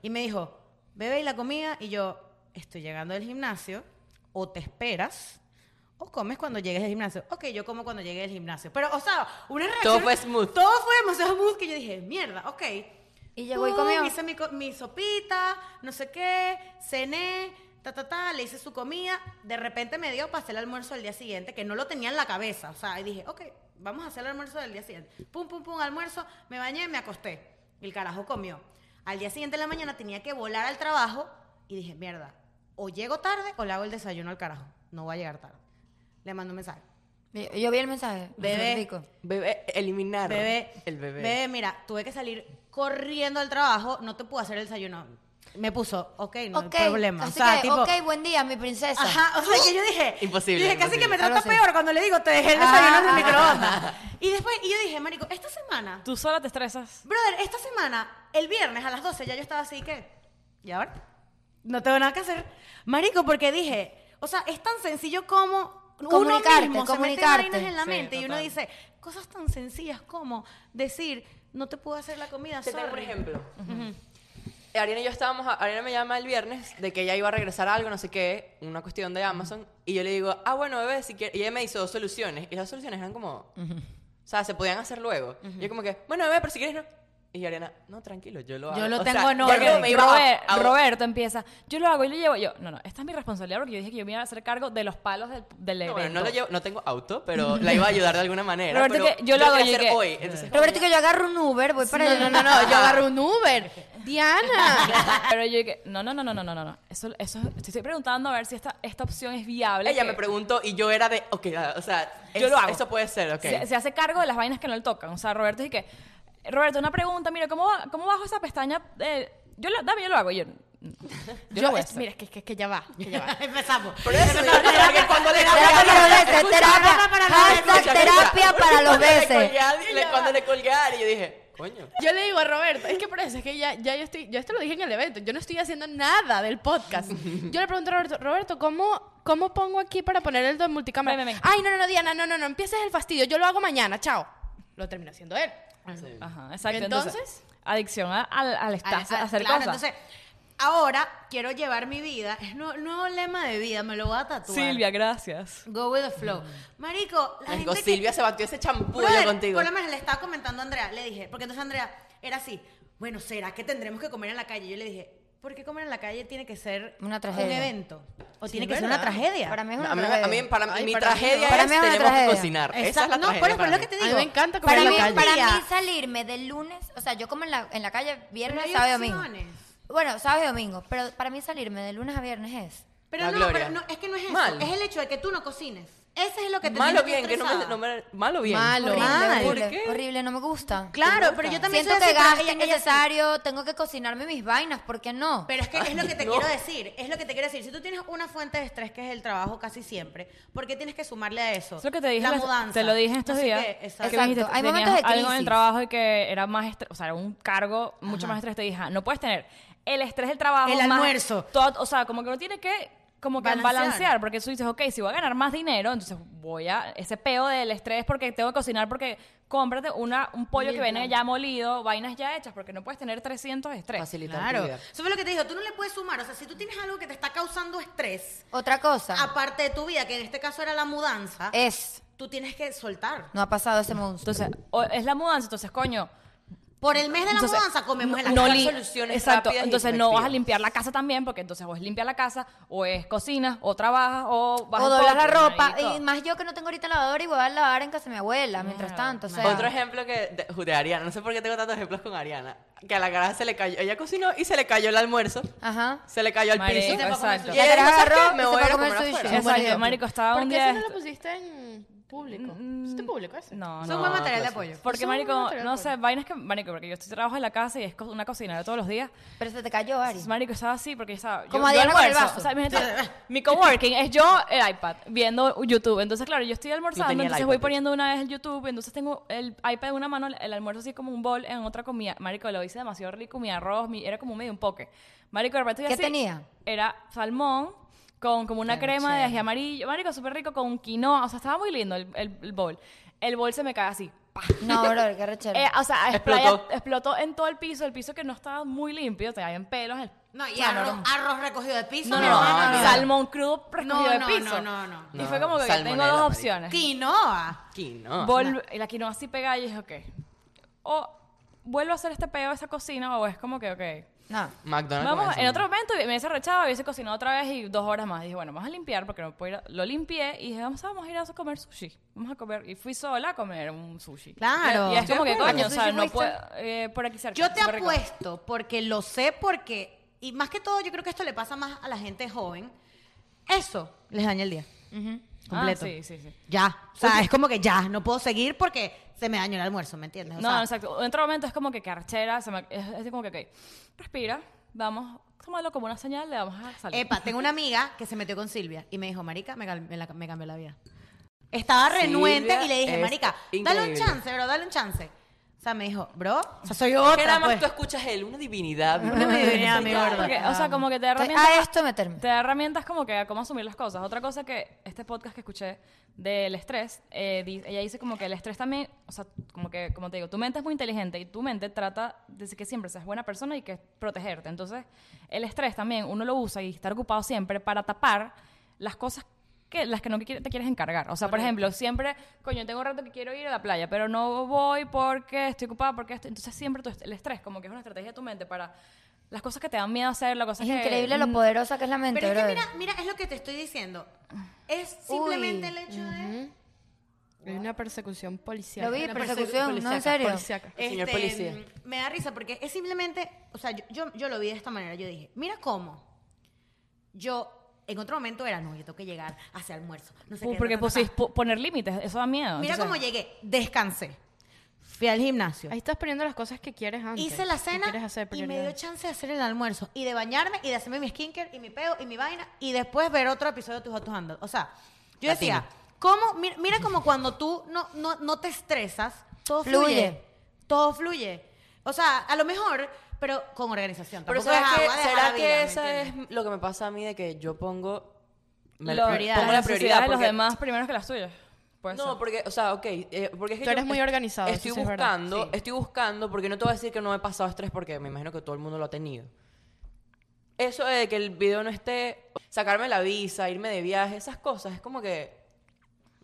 S1: Y me dijo, bebé y la comida. Y yo, estoy llegando del gimnasio, o te esperas, o comes cuando llegues del gimnasio. Ok, yo como cuando llegue del gimnasio. Pero, o sea, una reacción.
S4: Todo fue smooth.
S1: Todo fue demasiado smooth que yo dije, mierda, ok.
S5: Y llegó y
S1: Pum,
S5: comió.
S1: Hice mi, co- mi sopita, no sé qué, cené, ta, ta, ta, le hice su comida. De repente me dio para hacer el almuerzo del día siguiente, que no lo tenía en la cabeza. O sea, y dije, ok, vamos a hacer el almuerzo del día siguiente. Pum, pum, pum, almuerzo, me bañé, me acosté. Y el carajo comió. Al día siguiente en la mañana tenía que volar al trabajo y dije, mierda, o llego tarde o le hago el desayuno al carajo. No voy a llegar tarde. Le mando un mensaje.
S5: Yo, yo vi el mensaje.
S1: Bebé.
S5: Rico.
S4: Bebé, eliminar.
S1: Bebé,
S4: El bebé.
S1: mira, tuve que salir corriendo al trabajo, no te pude hacer el desayuno. Me puso, ok, no
S5: ok,
S1: hay problema. O
S5: así
S1: sea,
S5: que,
S1: tipo,
S5: ok, buen día, mi princesa.
S1: ajá, o sea, que yo dije,
S4: Imposible,
S1: Dije, casi
S4: imposible.
S1: que me trata
S5: Algo así.
S1: peor cuando le digo, te dejé el
S5: Ah,
S1: desayuno en el
S5: ah,
S1: microondas. Y después, y yo dije, marico, esta semana,
S3: Tú sola te estresas.
S1: brother, esta semana, el viernes a las 12 ya yo estaba así que, ¿y ahora? No tengo nada que hacer. Marico, porque dije, o sea, es tan sencillo como uno
S5: Comunicarte,
S1: mismo se mete
S5: comunicarte.
S1: vainas en la
S3: Sí,
S1: mente y uno
S3: total.
S1: dice, cosas tan sencillas como decir, no te puedo hacer la comida,
S4: Te tengo un
S1: sorry.
S4: ejemplo. Eh, Ariana y yo estábamos, a- Ariana me llama el viernes de que ella iba a regresar a algo, no sé qué, una cuestión de Amazon, y yo le digo, ah, bueno, bebé, si quieres, y ella me hizo dos soluciones, y las soluciones eran como, o sea, se podían hacer luego. Y yo como que, bueno, bebé, pero si quieres no. Y Ariana, no, tranquilo, yo lo hago.
S2: Yo lo
S4: O
S2: tengo
S4: sea,
S2: en
S4: ya
S2: orden.
S4: como me iba a-
S3: Robert-
S4: a-
S3: Roberto empieza. Yo lo hago, yo lo llevo. Yo, no, no, esta es mi responsabilidad porque yo dije que yo me iba a hacer cargo de los palos del, del
S4: No,
S3: evento.
S4: bueno, no lo llevo, no tengo auto, pero la iba a ayudar de alguna manera.
S3: Roberto,
S4: pero
S3: que yo lo hago,
S4: quería
S3: yo
S4: hacer
S3: que-
S4: hoy. Entonces,
S5: Roberto, que yo agarro un Uber, voy para allá.
S2: No, no, no, no, yo agarro un Uber. Diana.
S3: Pero yo dije, no, no, no, no, no, no, no, no. Eso, eso, te estoy preguntando a ver si esta, esta opción es viable.
S4: ella
S3: que-
S4: me preguntó y yo era de, ok, ah, o sea,
S3: Yo
S4: es-
S3: lo hago.
S4: Eso puede ser, ok.
S3: se, se hace cargo de las vainas que no le tocan. O sea, Roberto dije, Roberto, una pregunta, mira, ¿cómo, va- cómo bajo esa pestaña? Eh, yo lo, dame, yo lo hago. Y Yo, yo lo voy a
S2: es-
S3: hacer.
S2: mira, es que, es que, que ya va, que ya va.
S1: Empezamos.
S4: Por eso, yo porque cuando le
S5: Terapia para los besos,
S4: Escucha,
S5: terapia.
S1: para los
S5: Hashtag terapia para los
S4: Cuando le
S5: besos.
S4: colgué a- le- Cuando le colgué a Ari, yo dije, coño.
S2: Yo le digo a Roberto, es que por eso es que ya, ya yo estoy, yo esto lo dije en el evento, yo no estoy haciendo nada del podcast. Yo le pregunto a Roberto, Roberto, ¿cómo, cómo pongo aquí para poner el de multicámara?
S3: Ven, ven, ven.
S2: Ay, no, no, no, Diana, no, no, no, empieces el fastidio, yo lo hago mañana, chao. Lo terminó haciendo él.
S3: Ajá, exacto.
S2: Entonces,
S3: Entonces, adicción a- al, al
S1: Ah,
S3: estar, a,
S1: ah,
S3: hacer
S1: claro,
S3: cosas.
S1: entonces, ahora quiero llevar mi vida, es no- nuevo lema de vida, me lo voy a tatuar.
S3: Silvia, gracias.
S1: Go with the flow. Marico, la
S4: Marico,
S1: gente que-
S4: Silvia se batió ese champú
S1: Brother,
S4: yo contigo.
S1: Por lo menos le estaba comentando a Andrea, le dije, porque entonces Andrea era así, bueno, ¿será que tendremos que comer en la calle? Yo le dije, ¿por qué comer en la calle tiene que ser
S5: Una
S1: un
S5: tragedia.
S1: evento? O tiene
S2: es
S1: que ser una
S2: verdad.
S1: tragedia.
S5: Para mí es
S4: No,
S5: una
S4: a mí,
S5: tragedia.
S4: a mí- para,
S2: Ay,
S4: mi
S2: para mí no.
S4: tragedia
S5: Para
S4: es
S5: mí es una
S4: tenemos
S5: tragedia.
S4: que cocinar. Esa es
S1: Exacto.
S4: la
S1: no,
S4: tragedia
S1: por eso es
S4: para
S1: lo
S4: mí.
S1: que te
S2: A mí
S1: digo.
S2: me encanta comer
S5: Para
S2: en la
S5: mí,
S2: calle.
S5: para
S1: María.
S5: mí salirme del lunes, o sea, yo como en la, en la calle viernes,
S1: Pero hay
S5: sábado y domingo.
S1: opciones.
S5: Bueno, sábado y domingo, pero para mí salirme de lunes a viernes es...
S1: Pero
S4: La
S1: no,
S4: gloria.
S1: pero no, es que no es eso.
S4: Mal.
S1: Es el hecho de que tú no cocines. Ese es lo que te
S4: Malo
S1: tiene
S4: bien, que no me,
S1: estresada.
S4: no me- Malo bien.
S2: Malo.
S5: Horrible,
S1: Mal.
S5: horrible,
S4: ¿Por qué?
S5: horrible, no me gusta.
S1: Claro, pero yo también
S5: Siento
S1: soy
S5: que
S1: así, pero
S5: gasto
S1: ella- ella sí.
S5: innecesario, tengo que cocinarme mis vainas, ¿por qué no?
S1: Pero es que es lo que te
S4: no.
S1: quiero decir, es lo que te quiero decir. Si tú tienes una fuente de estrés que es el trabajo casi siempre, ¿por qué tienes que sumarle a eso?
S3: Es lo que te dije.
S1: La
S3: las-
S1: mudanza.
S3: Te lo dije estos
S1: No sé
S3: días.
S1: qué,
S3: que
S1: exacto.
S3: me
S5: Exacto,
S3: dijiste,
S5: hay
S3: tenías
S5: momentos de
S3: algo en el
S5: crisis.
S3: trabajo y que era más estres, o sea, era un cargo mucho más estrés. Te dije, ah, no puedes tener el estrés del trabajo.
S1: El
S3: más
S1: almuerzo.
S3: todo- o sea, como que uno tiene que como que
S1: Balancear.
S3: balancear. porque tú dices, ok, si voy a ganar más dinero, entonces voy a ese peo del estrés porque tengo que cocinar porque cómprate una, un pollo que viene ya molido, vainas ya hechas, porque no puedes tener 300 de estrés.
S4: Facilitar tu
S1: Claro.
S4: vida.
S1: Eso fue lo que te dijo. Tú no le puedes sumar. O sea, si tú tienes algo que te está causando estrés,
S5: Otra cosa
S1: aparte de tu vida, que en este caso era la mudanza,
S5: es,
S1: tú tienes que soltar.
S5: no ha pasado ese monstruo.
S3: Entonces, o- es la mudanza, entonces, coño,
S1: Por el mes de la
S3: Entonces,
S1: mudanza comemos en la
S4: no
S1: casa.
S4: li-
S3: lim-
S4: soluciones
S3: Exacto.
S4: rápidas y
S3: Entonces no vas a
S4: efectivas.
S3: limpiar la casa también, porque entonces o es limpiar la casa, o es cocinas, o trabajas, o vas
S5: o
S3: al
S5: doblar la
S3: postre,
S5: ropa,
S3: marico.
S5: y más yo que no tengo ahorita lavadora y voy a lavar en casa de mi abuela, mientras tanto, o sea...
S4: Otro ejemplo que de, de Ariana, no sé por qué tengo tantos ejemplos con Ariana, que a la cara se le cayó, ella cocinó y se le cayó el almuerzo,
S5: Ajá.
S4: se le cayó al
S3: Marico,
S4: piso.
S1: fue a comer
S3: exacto.
S1: sushi.
S4: Y ella
S5: La
S4: dijo,
S5: caraja
S4: "¿Sabes qué?
S5: agarró y
S4: Me
S5: se
S4: voy
S5: fue
S4: a
S5: a
S4: ir a
S5: comer
S4: comer
S5: sushi".
S4: afuera.
S5: Es un buen
S3: Exacto,
S5: ejemplo.
S3: marico, estaba
S2: ¿Por
S3: un
S2: qué
S3: día...
S2: eso no
S3: esto- Mm,
S2: lo pusiste en, Público. ¿Este público ese?
S3: No,
S1: Son
S3: no.
S1: buen material de
S4: clases.
S1: apoyo.
S3: Porque,
S2: Son
S3: marico,
S2: material
S3: no
S2: de
S3: sé,
S2: apoyo.
S3: vainas que, marico, porque yo estoy trabajo en la casa y es co- una cocinera todos los días.
S5: Pero se te cayó, Ari.
S3: Entonces, marico, estaba así porque yo estaba... yo-
S5: Como
S3: yo,
S5: Diana con el
S3: almuerzo.
S5: vaso.
S3: O sea, mi, gente- mi coworking es yo el iPad viendo YouTube. Entonces, claro, yo estoy
S4: No
S3: almorzando,
S4: tenía el
S3: entonces
S4: iPad,
S3: voy
S4: de
S3: poniendo una vez el YouTube, entonces tengo el iPad en una mano, el almuerzo así como un bol en otra comida. Marico, lo hice demasiado rico, mi arroz, mi, era como medio un poke. Marico, de repente estoy
S5: ¿Qué
S3: así,
S5: tenía?
S3: Era salmón con como una crema de ají amarillo. Marico, súper rico con quinoa. O sea, estaba muy lindo el, el- el bol. El bol se me cae así. ¡pah!
S5: No, bro, qué rechero.
S3: Eh, o sea, explaya-
S4: Explotó.
S3: explotó. en todo el piso, el piso que no estaba muy limpio, o sea, habían pelos. el-
S1: No, y
S5: Claro.
S1: arroz, arroz recogido de piso.
S3: No,
S1: mi
S3: no, no,
S1: hermano, no.
S3: salmón crudo recogido
S1: No,
S3: de
S1: no,
S3: piso.
S1: no, no, no.
S3: Y
S4: No,
S3: fue como que tengo
S4: salmonela,
S3: dos
S4: marica.
S3: opciones.
S1: Quinoa.
S4: Quinoa.
S3: Vol- Y la quinoa así pegada y dije, ok, o vuelvo a hacer este peo de esa cocina o es como que, ok,
S5: No.
S4: McDonald's.
S3: Vamos,
S4: con
S3: en
S4: eso,
S3: otro
S4: ¿no?
S3: momento me hubiese rechado, hubiese cocinado otra vez y dos horas más. Dije, bueno, vamos a limpiar porque no puedo ir. a- Lo limpié y dije, vamos, vamos a ir a comer sushi. Vamos a comer. Y fui sola a comer un sushi.
S1: Claro.
S3: Y, es como que,
S5: acuerdo.
S3: coño, o sea,
S5: ¿Sushi
S3: no
S5: fuiste?
S3: puedo. eh, por aquí cerca.
S1: Yo te
S3: súper rico.
S1: apuesto, porque lo sé, porque, y más que todo, yo creo que esto le pasa más a la gente joven. Eso les daña el día.
S3: Ah,
S1: Completo.
S3: sí, sí, sí.
S1: Ya. O sea, es como que ya, no puedo seguir porque se me dañó el almuerzo, ¿me entiendes? O
S3: No,
S1: sea,
S3: exacto. En otro momento es como que carchera. Se me- es, es como que, ok, respira, vamos, tómalo como una señal, le vamos a salir.
S1: Epa, tengo una amiga que se metió con Silvia y me dijo, Marica, me, cal- me la- me cambió la vida. Estaba
S4: Silvia
S1: renuente y le dije,
S4: es
S1: Marica, dale un
S4: increíble.
S1: chance, bro, dale un chance. O sea, me dijo, bro, o sea, soy otra.
S4: Que nada más
S1: pues".
S4: tú escuchas él, una divinidad.
S1: Una divinidad, mi gordo.
S3: Porque, o sea, como que te da
S5: Estoy
S1: ah,
S3: herramientas
S5: a esto de meterme.
S3: Te da herramientas como que a cómo asumir las cosas. Otra cosa que este podcast que escuché del estrés, eh, di- ella dice como que el estrés también, o sea, como que, como te digo, tu mente es muy inteligente y tu mente trata de que siempre seas buena persona y que protegerte. Entonces, el estrés también uno lo usa y estar ocupado siempre para tapar las cosas que las que no quiere- te quieres encargar. O sea, por ejemplo, siempre, coño, tengo un rato que quiero ir a la playa, pero no voy porque estoy ocupada, porque esto. Entonces, siempre tu est- el estrés, como que es una estrategia de tu mente para las cosas que te dan miedo hacer, las cosas
S5: Es
S3: que-
S5: increíble lo poderosa que es la mente,
S1: Pero es que
S5: brother.
S1: mira, mira, es lo que te estoy diciendo. Es simplemente el hecho de...
S2: Hay una persecución policial.
S5: Lo vi,
S1: Una
S5: persecución, no, en
S1: policíaca,
S5: serio.
S2: Policiaca.
S4: El señor
S1: Este,
S4: policía.
S1: mm, Me da risa porque es simplemente, o sea, yo, yo, yo lo vi de esta manera. Yo dije, mira cómo. Yo, en otro momento era, no, yo tengo que llegar hacia almuerzo. No sé
S3: Pu-
S1: qué,
S3: porque
S1: ta, ta, ta,
S3: posis-
S1: ta".
S3: pu- poner límites, eso da miedo.
S1: Mira cómo
S3: entonces-
S1: llegué, descansé. Fui al gimnasio.
S2: Ahí estás poniendo las cosas que quieres antes.
S1: Hice la
S2: que
S1: cena
S2: quieres hacer
S1: y me
S2: prioridad.
S1: dio chance de hacer el almuerzo y de bañarme y de hacerme mi skincare y mi peo y mi vaina y después ver otro episodio de Tus Otros Handles. O sea, yo decía, ¿cómo? Mira, mira como cuando tú no, no, no te estresas, todo fluye.
S5: Fluye.
S1: Todo fluye. O sea, a lo mejor, pero con organización.
S4: Pero
S1: Tampoco
S4: ¿será
S1: es
S4: que,
S1: agua de
S4: será
S1: jala
S4: que
S1: vida, ¿me
S4: esa es
S1: entiendes?
S4: lo que me pasa a mí de que yo pongo... me-
S3: Lo-
S4: me-
S1: prioridad.
S4: Pongo la prioridad.
S3: las prioridades de los
S4: porque-
S3: demás primero que las tuyas. Puede
S4: No,
S3: ser.
S4: porque, o sea, ok, eh, porque es que
S2: Tú
S4: yo
S2: eres muy
S4: est-
S2: organizado, eso
S4: Estoy
S2: sí es verdad.
S4: buscando, estoy buscando, porque no te voy a decir que no he pasado estrés, porque me imagino que todo el mundo lo ha tenido. Eso de que el video no esté, sacarme la visa, irme de viaje, esas cosas, es como que,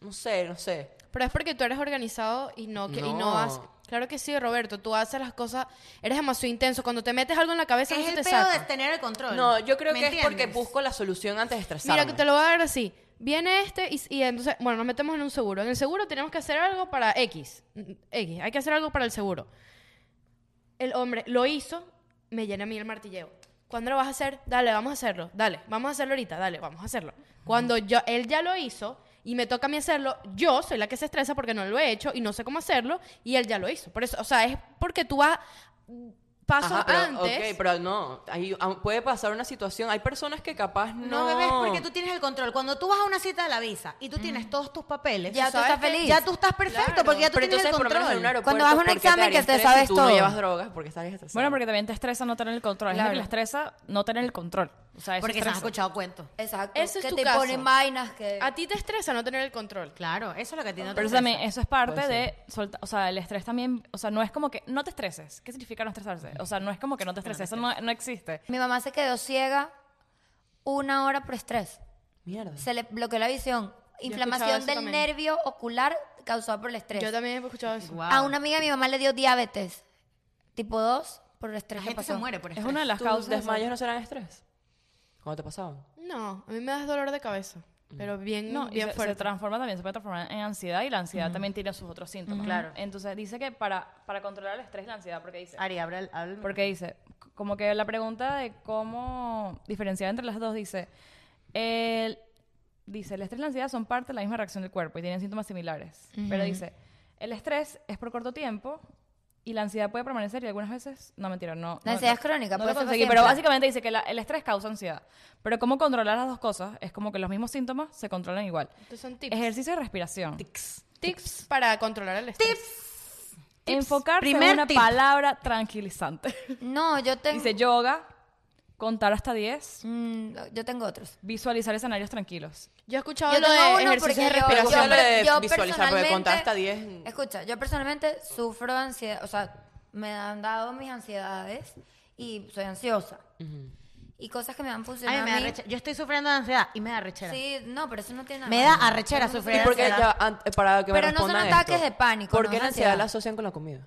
S4: no sé, no sé.
S2: Pero es porque tú eres organizado y no, que, Y no
S4: No.
S2: has... Claro que sí, Roberto, tú haces las cosas... Eres demasiado intenso. Cuando te metes algo en la cabeza,
S1: Es
S2: no se
S1: el
S2: te
S1: peo
S2: saca.
S1: de tener el control.
S4: No, yo creo
S1: ¿me
S4: que es porque
S1: entiendes?
S4: busco la solución antes de estresarme.
S2: Mira, que te lo voy a dar así. Viene este y, y entonces, bueno, nos metemos en un seguro. En el seguro tenemos que hacer algo para X. Mm, X, hay que hacer algo para el seguro. El hombre lo hizo, me llena a mí el martilleo. ¿Cuándo lo vas a hacer? Dale, vamos a hacerlo. Dale, vamos a hacerlo ahorita. Dale, vamos a hacerlo. Cuando yo, él ya lo hizo y me toca a mí hacerlo, yo soy la que se estresa porque no lo he hecho y no sé cómo hacerlo y él ya lo hizo. Por eso, o sea, es porque tú vas paso
S4: Ajá, pero,
S2: antes.
S4: Ok, pero no, ahí ah, puede pasar una situación, hay personas que capaz
S1: No,
S4: no...
S1: bebés, porque tú tienes el control. Cuando tú vas a una cita de la visa y tú tienes todos tus papeles,
S5: Ya tú
S1: sabes
S5: estás
S1: que-
S5: feliz.
S1: Ya tú estás perfecto
S2: Claro.
S1: porque ya tú
S4: Pero
S1: tienes
S4: entonces,
S1: el
S4: por lo menos en
S1: control.
S4: un aeropuerto,
S5: Cuando vas a un
S4: ¿por qué te
S5: examen
S4: daría
S5: que te
S4: estrés si
S5: sabes
S4: Tú
S5: todo?
S4: no llevas drogas porque estás estresado.
S3: Bueno, porque también te estresa no tener el control. Hay gente que
S5: Claro.
S3: le estresa no tener el control. O sea, eso
S1: Porque se han
S3: estresa.
S1: escuchado cuentos.
S5: Exacto.
S2: Ese es
S5: que
S2: tu
S5: te
S2: caso.
S5: ponen vainas que.
S2: A ti te estresa no tener el control.
S1: Claro, eso es lo que a ti no te
S3: Pero
S1: interesa.
S3: eso también, eso es parte
S4: Puede
S3: de solta- o sea, el estrés también, o sea, no es como que no te estreses. ¿Qué significa no estresarse? O sea, no es como que no te estreses, eso no, no existe.
S5: Mi mamá se quedó ciega una hora por estrés.
S4: Mierda.
S5: Se le bloqueó la visión.
S2: escuchado
S5: Inflamación
S2: eso
S5: del
S2: también.
S5: nervio ocular causada por el estrés.
S2: Yo también he escuchado eso.
S1: Guau.
S5: A una amiga de mi mamá le dio diabetes tipo 2 por el estrés
S1: La
S5: que
S1: gente se
S5: pasó.
S1: muere pues. por
S3: Es
S1: estrés.
S3: una de las
S4: ¿Tus
S3: causas.
S4: desmayos no serán estrés? ¿Cómo te pasaban?
S2: No, a mí me das dolor de cabeza. Pero bien,
S3: No, y
S2: bien
S3: se, se
S2: fuerte.
S3: transforma también, se puede transformar en ansiedad y la ansiedad también tiene sus otros síntomas. Claro. Entonces dice que para, para controlar el estrés y la ansiedad, porque dice,
S1: Ari, abre el, abre el-
S3: porque dice, c- como que la pregunta de cómo diferenciar entre las dos dice, el, dice, el estrés y la ansiedad son parte de la misma reacción del cuerpo y tienen síntomas similares. Pero dice, el estrés es por corto tiempo y la ansiedad puede permanecer y algunas veces, no mentira, no. no-
S5: La ansiedad
S3: no-
S5: es crónica,
S3: no
S5: puede
S3: lo
S5: ser para
S3: conseguí, pero
S5: siempre.
S3: básicamente dice que la- el estrés causa ansiedad. Pero cómo controlar las dos cosas es como que los mismos síntomas se controlan igual.
S2: Estos son tips.
S3: Ejercicio y respiración.
S2: tips para controlar el estrés. Tips.
S3: Enfocarse en
S1: Primer
S3: una
S1: tip.
S3: palabra tranquilizante.
S5: No, yo tengo.
S3: dice yoga, contar hasta 10,
S5: Mm, yo tengo otros.
S3: visualizar escenarios tranquilos.
S2: Yo he escuchado
S5: Yo
S2: lo
S5: tengo uno
S2: de ejercicio
S5: porque
S2: de
S5: yo-
S2: respiración.
S4: Yo lo de
S5: per-
S4: visualizar, porque contar hasta mm.
S5: personalmente-
S4: 10.
S5: Escucha, yo personalmente sufro de ansiedad, o sea, me han dado mis ansiedades y soy ansiosa. Y cosas que me han
S1: A
S5: funcionado.
S1: mí me da reche- Yo estoy sufriendo de ansiedad y me da rechera.
S5: Sí, no, pero eso no tiene nada.
S1: Me
S5: malo.
S1: da arrechera
S5: Todo el mundo
S1: sufrir
S4: Y
S5: tiene
S4: porque
S1: ansiedad.
S4: ya, an- eh, para que me
S5: Pero no son
S4: respondan esto,
S5: ataques de pánico,
S4: ¿Por
S5: no
S4: qué
S5: es
S4: la ansiedad
S5: ansiedad.
S4: la asocian con la comida?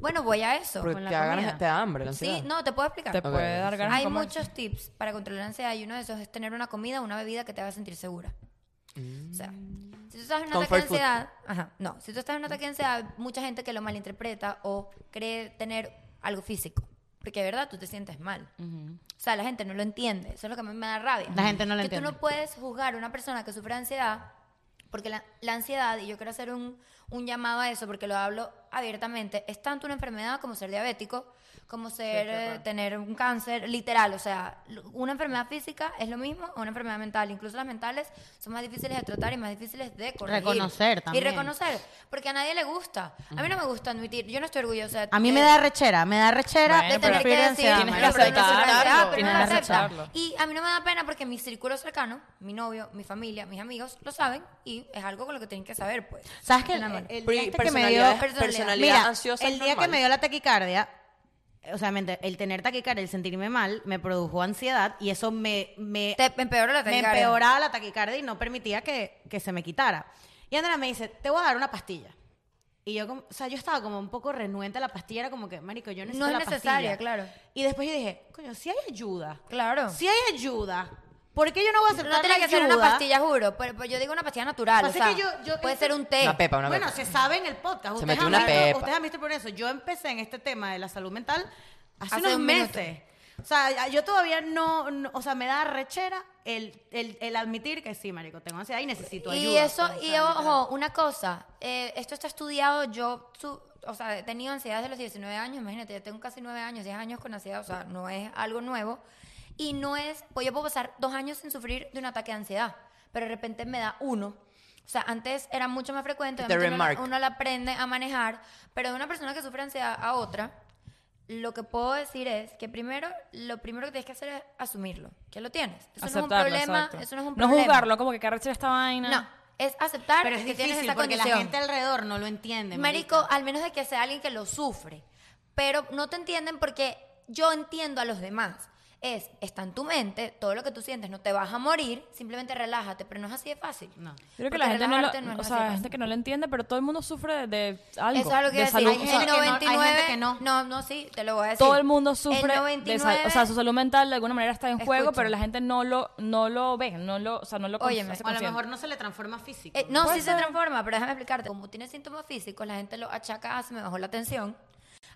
S5: Bueno, voy a eso.
S4: Porque
S1: con la
S4: te, da ganas-
S1: comida.
S4: te da hambre la ansiedad.
S5: Sí, no, te puedo explicar.
S3: Te puede dar ganas de
S5: Hay
S3: comer.
S5: muchos tips para controlar la ansiedad y uno de esos es tener una comida o una bebida que te haga sentir segura. O sea, si tú estás en un ataque de
S4: Comfort food.
S5: ansiedad, ajá, no, si tú estás en un ataque de ansiedad, mucha gente que lo malinterpreta o cree tener algo físico, porque de verdad tú te sientes mal. O sea, la gente no lo entiende, eso es lo que a mí me da rabia.
S1: La gente no lo
S5: que
S1: entiende.
S5: Tú no puedes juzgar a una persona que sufre de ansiedad, porque la, la ansiedad, y yo quiero hacer un, un llamado a eso, porque lo hablo abiertamente, es tanto una enfermedad como ser diabético, como ser eh, tener un cáncer, literal, o sea, l- una enfermedad física es lo mismo a una enfermedad mental, incluso las mentales son más difíciles de tratar y más difíciles de corregir.
S1: Reconocer también.
S5: Y reconocer, porque a nadie le gusta. A mí no me gusta admitir, yo no estoy orgullosa de
S1: A mí me
S5: de-
S1: da rechera, me da rechera
S3: Bueno, pero
S5: de tener que
S1: sufrir de
S5: decir,
S1: ansiedad.
S3: Tienes
S1: marica.
S3: que
S5: pero no se
S3: aceptarlo,
S5: trata, pero no
S3: tienes
S5: lo
S3: que
S5: acepta.
S3: aceptarlo.
S5: Y a mí no me da pena porque mi círculo cercano, mi novio, mi familia, mis amigos, lo saben y es algo con lo que tienen que saber, pues.
S1: ¿Sabes qué?
S5: Una mano.
S1: El, el
S4: Pri-
S1: día este que me dio...
S4: personalidades-
S5: personalidad.
S4: personalidad
S1: Mira,
S4: ansiosa
S1: el
S4: es
S1: día que
S4: normal.
S1: me dio la taquicardia, eh, o sea, me ente- el tener taquicardia, el sentirme mal, me produjo ansiedad y eso me... me
S5: Te empeoró la
S1: me
S5: taquicardia.
S1: empeoraba la taquicardia y no permitía que, que se me quitara. Y Andrea me dice, te voy a dar una pastilla. Y yo, como, o sea, yo estaba como un poco renuente a la pastilla, era como que, marico, yo necesito
S5: No es
S1: la
S5: necesaria,
S1: pastilla".
S5: claro.
S1: Y después yo dije, coño, si hay ayuda,
S5: Claro.
S1: si hay ayuda, ¿por qué yo no voy a aceptar
S5: no tiene
S1: la
S5: que ser una
S1: ayuda?
S5: pastilla, juro. Pero, pero yo digo una pastilla natural. O
S1: Pasa
S5: sea,
S1: que yo- yo-
S5: puede
S1: este-
S5: ser un té.
S4: Una pepa, una
S1: bueno,
S4: pepa.
S1: se sabe en el podcast. Ustedes
S4: metió
S1: han
S4: una
S1: visto-
S4: pepa.
S1: Ustedes han visto por eso. Yo empecé en este tema de la salud mental hace,
S5: Hace
S1: unos
S5: un minuto.
S1: meses. O sea, yo todavía no, no- o sea, me da rechera el, el, el admitir que sí, marico, tengo ansiedad y necesito ayuda.
S5: Y eso,
S1: pues, o
S5: y
S1: sea,
S5: ojo, una cosa, eh, esto está estudiado, yo, su- o sea, he tenido ansiedad desde los 19 años, imagínate, yo tengo casi 9 años, 10 años con ansiedad, o sea, no es algo nuevo. Y no es, pues yo puedo pasar dos años sin sufrir de un ataque de ansiedad, pero de repente me da uno. O sea, antes era mucho más frecuente,
S4: Te
S5: obviamente uno, la-
S4: remark.
S5: uno la aprende a manejar, pero de una persona que sufre ansiedad a otra, lo que puedo decir es que primero, lo primero que tienes que hacer es asumirlo, que lo tienes. Eso no es un
S3: Aceptarlo,
S5: problema,
S3: exacto.
S5: eso no es un
S3: No
S5: problema.
S3: juzgarlo, como que qué arrechera esta vaina.
S5: No, es aceptar
S1: Pero es
S5: que tienes
S1: difícil
S5: esa
S1: porque la
S5: condición.
S1: gente alrededor no lo entiende.
S5: Marico, al menos de que sea alguien que lo sufre. Pero no te entienden porque yo entiendo a los demás. Es, está en tu mente, todo lo que tú sientes, no te vas a morir, simplemente relájate, pero no es así de fácil.
S1: No.
S3: Yo creo que
S5: Porque
S3: la gente no, lo,
S5: relajarte no es
S3: o
S5: así
S3: sea, hay
S5: fácil.
S3: gente que no lo entiende, pero todo el mundo sufre de, de algo.
S5: Eso es algo que
S3: de
S5: iba a
S3: salud.
S5: decir. Hay
S1: o
S5: gente
S1: sea, que
S5: que
S1: no- hay
S5: 99,
S1: gente que no.
S5: No, no, sí, te lo voy a decir.
S3: todo el mundo sufre
S5: el
S3: de salud. O sea, su
S5: 99,
S3: salud mental de alguna manera está en juego,
S5: Escucha.
S3: pero la gente no lo, no lo ve, no lo, o sea, no lo con-
S5: Óyeme,
S3: hace
S1: O a lo
S3: consciente.
S1: mejor no se le transforma físico.
S5: Eh, no, sí se transforma, pero déjame explicarte. Como tiene síntomas físicos, la gente lo achaca a se me bajó la tensión,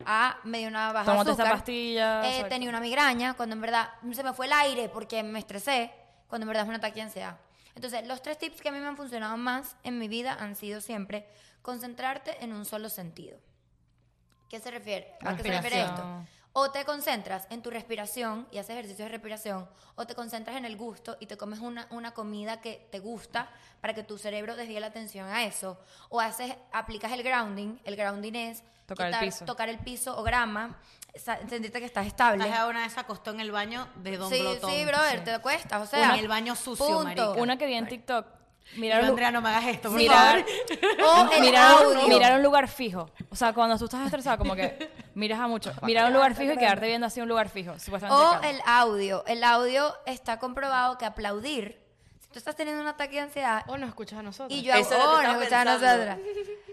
S5: a me dio una baja
S3: Tómate esta
S5: azúcar,
S3: pastilla,
S5: eh,
S3: exacto.
S5: tenía una migraña, cuando en verdad se me fue el aire porque me estresé, cuando en verdad es un ataque de ansiedad. Entonces, los tres tips que a mí me han funcionado más en mi vida han sido siempre concentrarte en un solo sentido. ¿Qué se refiere? ¿A qué se refiere esto?
S3: Respiración.
S5: O te concentras en tu respiración y haces ejercicios de respiración, o te concentras en el gusto y te comes una, una comida que te gusta para que tu cerebro desvíe la atención a eso, o haces, aplicas el grounding, el grounding es
S3: Tocar el piso.
S5: tocar el piso o grama, sa- sentirte que estás estable.
S1: Estás ahora esa acostó en el baño de Don
S5: sí,
S1: Glotón.
S5: sí, brother, te cuesta, o sea,
S1: en el baño sucio, marica.
S3: Una que vi en TikTok,
S1: Y
S3: mirar,
S1: yo,
S3: un-
S1: Andrea, no me hagas esto, por
S3: mirar,
S1: favor.
S5: O el
S3: mirar,
S5: audio.
S3: un- mirar un lugar fijo. O sea, cuando tú estás estresado, como que miras a mucho. Mirar un lugar fijo y quedarte viendo así un lugar fijo. Supuestamente.
S5: O
S3: cercano.
S5: el audio. El audio está comprobado que aplaudir. Si tú estás teniendo un ataque de ansiedad
S2: O nos Oh, escuchas a nosotros.
S5: y yo hago,
S4: Eso es lo que
S5: oh,
S4: estaba
S5: no escuchas a
S4: pensando.
S5: nosotras.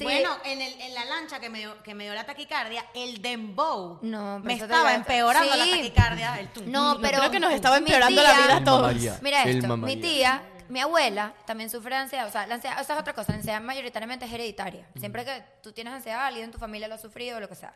S5: Sí,
S1: Bueno, en, el, en la lancha que me, dio, que me dio la taquicardia, el dembow
S5: No, pero
S1: me
S5: eso te
S1: estaba
S5: iba a-
S1: empeorando la
S5: Sí.
S1: taquicardia. El tum.
S5: no, pero.
S2: creo que nos estaba
S5: mi
S2: empeorando la
S5: tía-
S2: vida a todos.
S5: Mira esto, mi tía, mi abuela también sufre de ansiedad. O sea, la ansiedad, esa es otra cosa. La ansiedad mayoritariamente es hereditaria. Siempre que tú tienes ansiedad, alguien en tu familia lo ha sufrido o lo que sea.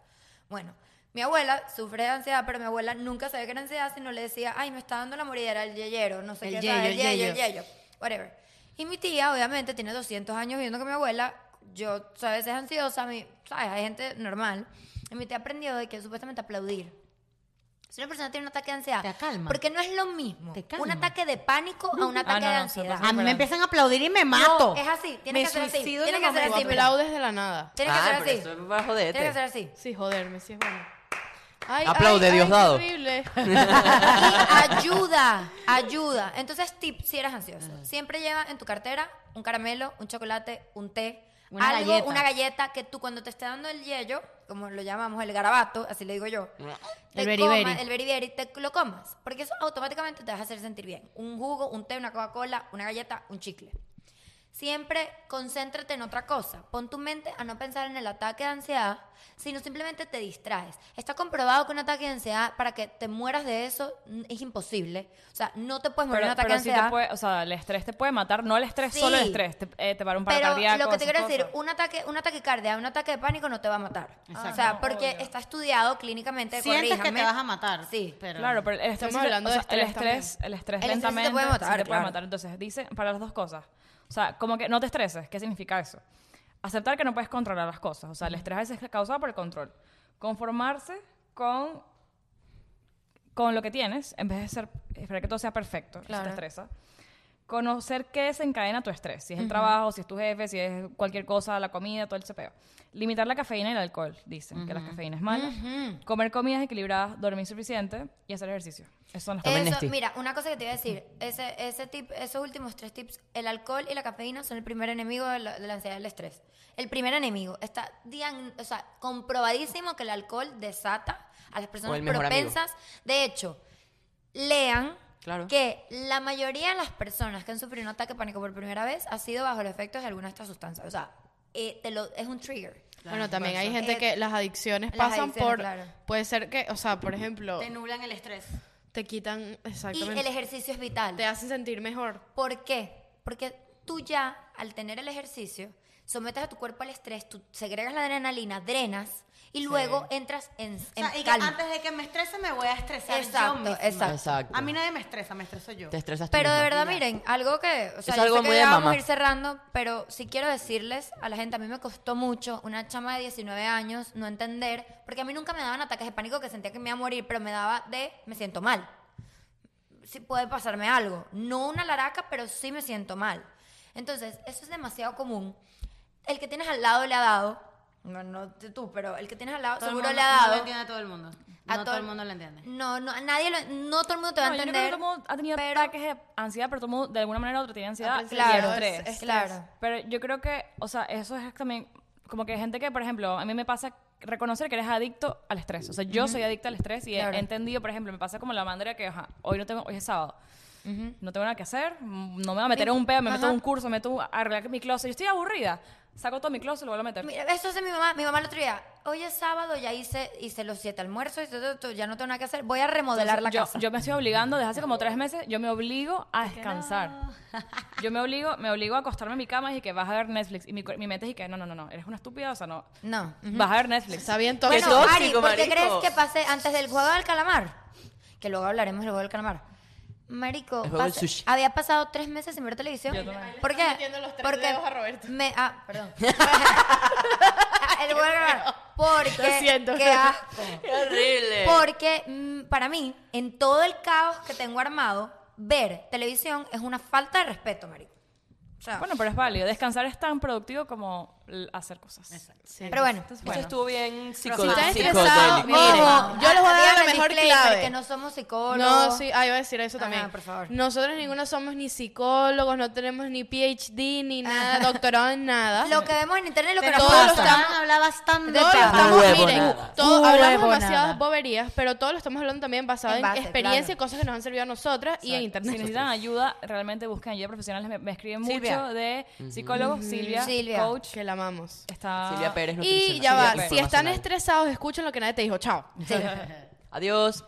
S5: Bueno, mi abuela sufre de ansiedad, pero mi abuela nunca sabía que era ansiedad, sino le decía, ay, me está dando la moridera el yeyero, no sé
S1: El
S5: qué,
S1: yeyo,
S5: ¿sabes?
S1: el
S5: el yeyo, el
S1: yeyo.
S5: yeyo. whatever. Y mi tía, obviamente, tiene 200 años viviendo con mi abuela. Yo, ¿sabes? Es ansiosa, mi, ¿sabes? Hay gente normal. Y mi tía aprendió de que supuestamente aplaudir. Si una persona tiene un ataque de ansiedad,
S1: Te calma.
S5: porque no es lo mismo
S1: Te
S5: un
S1: calma. Ah,
S5: ataque de pánico a un ataque
S3: no,
S5: de
S3: no, se
S5: ansiedad.
S3: pasa.
S1: A mí
S3: verdad.
S1: me empiezan a aplaudir y me mato.
S5: es así, tiene
S1: Me
S5: que ser así,
S1: suicido
S5: tiene
S1: en
S5: que
S1: el
S5: ser
S1: momento.
S5: así,
S2: Tú aplaudes de la nada.
S5: Tiene que
S4: Ah,
S5: ser
S4: pero
S5: así.
S4: eso va a
S5: Tiene que ser
S4: joderte.
S5: así.
S2: Sí, joderme, sí es bueno. Ay,
S4: Aplaude,
S2: ay, ay,
S4: Diosdado.
S2: qué horrible.
S5: Y ayuda, ayuda. Entonces, tip si eres ansioso. Siempre lleva en tu cartera un caramelo, un chocolate, un té,
S1: Una
S5: algo,
S1: galleta.
S5: una galleta que tú cuando te esté dando el yello, como lo llamamos, el garabato, así le digo yo, te
S1: El beriberi.
S5: comas, el beriberi, te lo comas. Porque eso automáticamente te vas a hacer sentir bien. Un jugo, un té, una Coca-Cola, una galleta, un chicle. Siempre concéntrate en otra cosa. Pon tu mente a no pensar en el ataque de ansiedad, sino simplemente te distraes. Está comprobado que un ataque de ansiedad, para que te mueras de eso, n- es imposible. O sea, no te puedes morir
S3: Pero,
S5: de un ataque
S3: pero
S5: de
S3: sí
S5: ansiedad.
S3: te puede, o sea, el estrés te puede matar, no el estrés,
S5: Sí.
S3: solo el estrés, te, eh, te para un paro
S5: Pero
S3: cardíaco,
S5: lo que te
S3: esas
S5: quiero decir,
S3: cosas.
S5: un ataque, una taquicardia, un ataque de pánico no te va a matar. O
S1: Exacto.
S5: sea, porque está estudiado clínicamente,
S1: Sientes que
S5: corríjanme.
S1: te vas a matar.
S5: Sí.
S1: pero...
S3: Claro, pero el estrés,
S2: Estamos hablando de
S3: el
S2: estrés también.
S3: estrés, el estrés
S5: El estrés sí te
S3: lentamente
S5: puede matar,
S3: sí te puede
S5: claro.
S3: matar. Entonces, dice para las dos cosas. O sea, como que no te estreses, ¿qué significa eso? Aceptar que no puedes controlar las cosas, o sea, el estrés a veces es causado por el control. Conformarse con con lo que tienes en vez de ser esperar que todo sea perfecto, eso te estresa. Conocer qué desencadena tu estrés, si es el trabajo, si es tu jefe, si es cualquier cosa, la comida, todo el cepeo. Limitar la cafeína y el alcohol, dicen que la cafeína es mala. Comer comidas equilibradas, dormir suficiente y hacer ejercicio. Esas son las
S4: Eh, Tomen
S5: Eso,
S4: Nesti.
S5: mira, una cosa que te iba a decir, ese, ese tip, esos últimos tres tips, el alcohol y la cafeína son el primer enemigo de la, de la ansiedad y el estrés. El primer enemigo. Está dian- o sea, comprobadísimo que el alcohol desata a las personas
S4: el mejor amigo.
S5: propensas. De hecho, lean
S4: Claro.
S5: que la mayoría de las personas que han sufrido un ataque de pánico por primera vez ha sido bajo los efectos de alguna de estas sustancias. O sea, eh, te lo, es un trigger. eh,
S2: Bueno, también hay
S5: Por eso.
S2: gente que las adicciones
S5: Las
S2: pasan
S5: adicciones,
S2: por...
S5: claro.
S2: Puede ser que, o sea, por ejemplo,
S1: Te nublan el estrés.
S2: te quitan...
S5: Y el
S2: Exactamente.
S5: ejercicio es vital.
S2: Te hacen sentir mejor.
S5: ¿Por qué? Porque tú ya, al tener el ejercicio, sometes a tu cuerpo al estrés, tú segregas la adrenalina, drenas y luego entras en,
S1: O sea,
S5: en
S1: y que
S5: calma.
S1: antes de que me estrese, me voy a estresar
S5: Exacto,
S1: yo misma.
S5: exacto.
S4: Exacto.
S1: A mí nadie me estresa, me estreso yo.
S4: Te estresas tú
S5: Pero de
S4: misma.
S5: verdad, miren, algo que. O sea,
S4: Es
S5: yo
S4: algo
S5: sé que
S4: muy
S5: ya
S4: de
S5: vamos
S4: mamá.
S5: a ir cerrando, pero sí quiero decirles a la gente: a mí me costó mucho, una chama de 19 años, no entender, porque a mí nunca me daban ataques de pánico que sentía que me iba a morir, pero me daba de me siento mal. Sí puede pasarme algo. No una laraca, pero sí me siento mal. Entonces, eso es demasiado común. El que tienes al lado le ha dado. No, no tú, pero el que tienes al lado
S1: Todo el
S5: seguro
S1: mundo-
S5: le ha
S1: No lo
S5: dado.
S1: entiende todo el mundo.
S5: A
S1: no todo el mundo lo entiende.
S5: No, no, a nadie lo, no todo el mundo te va
S3: No,
S5: a
S3: yo creo que
S5: entender.
S3: todo el mundo ha tenido
S5: pero-
S3: ataques de ansiedad, pero todo el mundo, de alguna manera u otra tiene ansiedad y
S5: Claro,
S3: estrés.
S5: es- es- claro.
S3: Pero yo creo que, o sea, eso es también como que gente que, por ejemplo, a mí me pasa reconocer que eres adicto al estrés. O sea, yo soy adicta al estrés y he-
S5: Claro.
S3: he entendido, por ejemplo, me pasa como la manera que, ajá, hoy no tengo, hoy es sábado. No tengo nada que hacer, mm, no me voy a meter en un pedo, me meto en un curso, me meto a arreglar mi closet. Yo estoy aburrida, saco todo mi closet y lo vuelvo a meter.
S5: Mira, eso hace mi mamá. Mi mamá el otro día, hoy es sábado, ya hice, hice los siete almuerzos, hice todo, todo, ya no tengo nada que hacer. Voy a remodelar
S3: Entonces,
S5: la
S3: yo,
S5: casa.
S3: yo me estoy obligando desde hace como tres meses, yo me obligo a descansar. Yo me obligo, me obligo a acostarme en mi cama y que vas a ver Netflix. Y mi, cu- mi mente es que no, no, no, no, eres una estúpida, o sea, no.
S5: no. ujú.
S3: Vas a ver Netflix.
S2: Está bien todo.
S5: Bueno,
S4: Qué tóxico,
S5: Ari, ¿por qué
S4: marico.
S5: crees que pase antes del juego del calamar? Que luego hablaremos del juego del calamar. Marico,
S4: El juego del
S5: pase-
S4: sushi.
S5: había pasado tres meses sin ver televisión.
S3: Yo también.
S5: ¿Por qué?
S2: Ahí le estás metiendo los tres
S5: Porque
S2: dedos a Roberto.
S5: Me, ah, perdón. el juego del calamar. Porque.
S2: Lo siento.
S5: Qué asco.
S4: Qué horrible.
S5: Porque mm, para mí, en todo el caos que tengo armado, ver televisión es una falta de respeto, marico. O sea,
S3: Bueno, pero es válido. Descansar es tan productivo como l- hacer cosas.
S2: Sí.
S5: pero bueno.
S3: Entonces,
S4: Eso
S3: bueno.
S4: estuvo bien
S2: Si
S4: psicodélico.
S2: estás estresado,
S5: Miren,
S2: ojo, yo les voy a dar la
S5: Diana,
S2: mejor
S5: disclaimer,
S2: clave.
S5: Que no somos psicólogos.
S2: No, sí, ah, iba a decir eso
S5: Ajá,
S2: también.
S5: por favor.
S2: Nosotros ninguno somos ni psicólogos, no tenemos ni PhD, ni nada, doctorado en nada.
S5: Lo que vemos en internet es lo que
S2: Pero
S5: nos
S2: todos
S5: pasa.
S2: los estamos-
S1: hablabas tan
S2: Todos lo estamos,
S4: Huevo,
S2: miren,
S4: nada.
S2: todo- hablamos
S1: Huevo,
S2: demasiadas
S1: nada.
S2: boberías, pero todo lo estamos hablando también basado
S5: En
S2: en,
S5: base,
S2: experiencia y
S5: claro.
S2: cosas que nos han servido a nosotras y en
S3: Si
S2: internet.
S3: necesitan ayuda, realmente busquen ayuda profesional. Me, me escriben
S4: Silvia.
S3: mucho de psicólogos, Silvia,
S5: Silvia.
S3: coach,
S2: Que la amamos.
S3: está...
S4: Silvia Pérez,
S2: Y
S4: nutricionista.
S2: ya va,
S4: Silvia
S2: si están
S4: Pérez,
S2: estresados, escuchen lo que nadie te dijo. Chao.
S5: Sí.
S4: internacional. Adiós.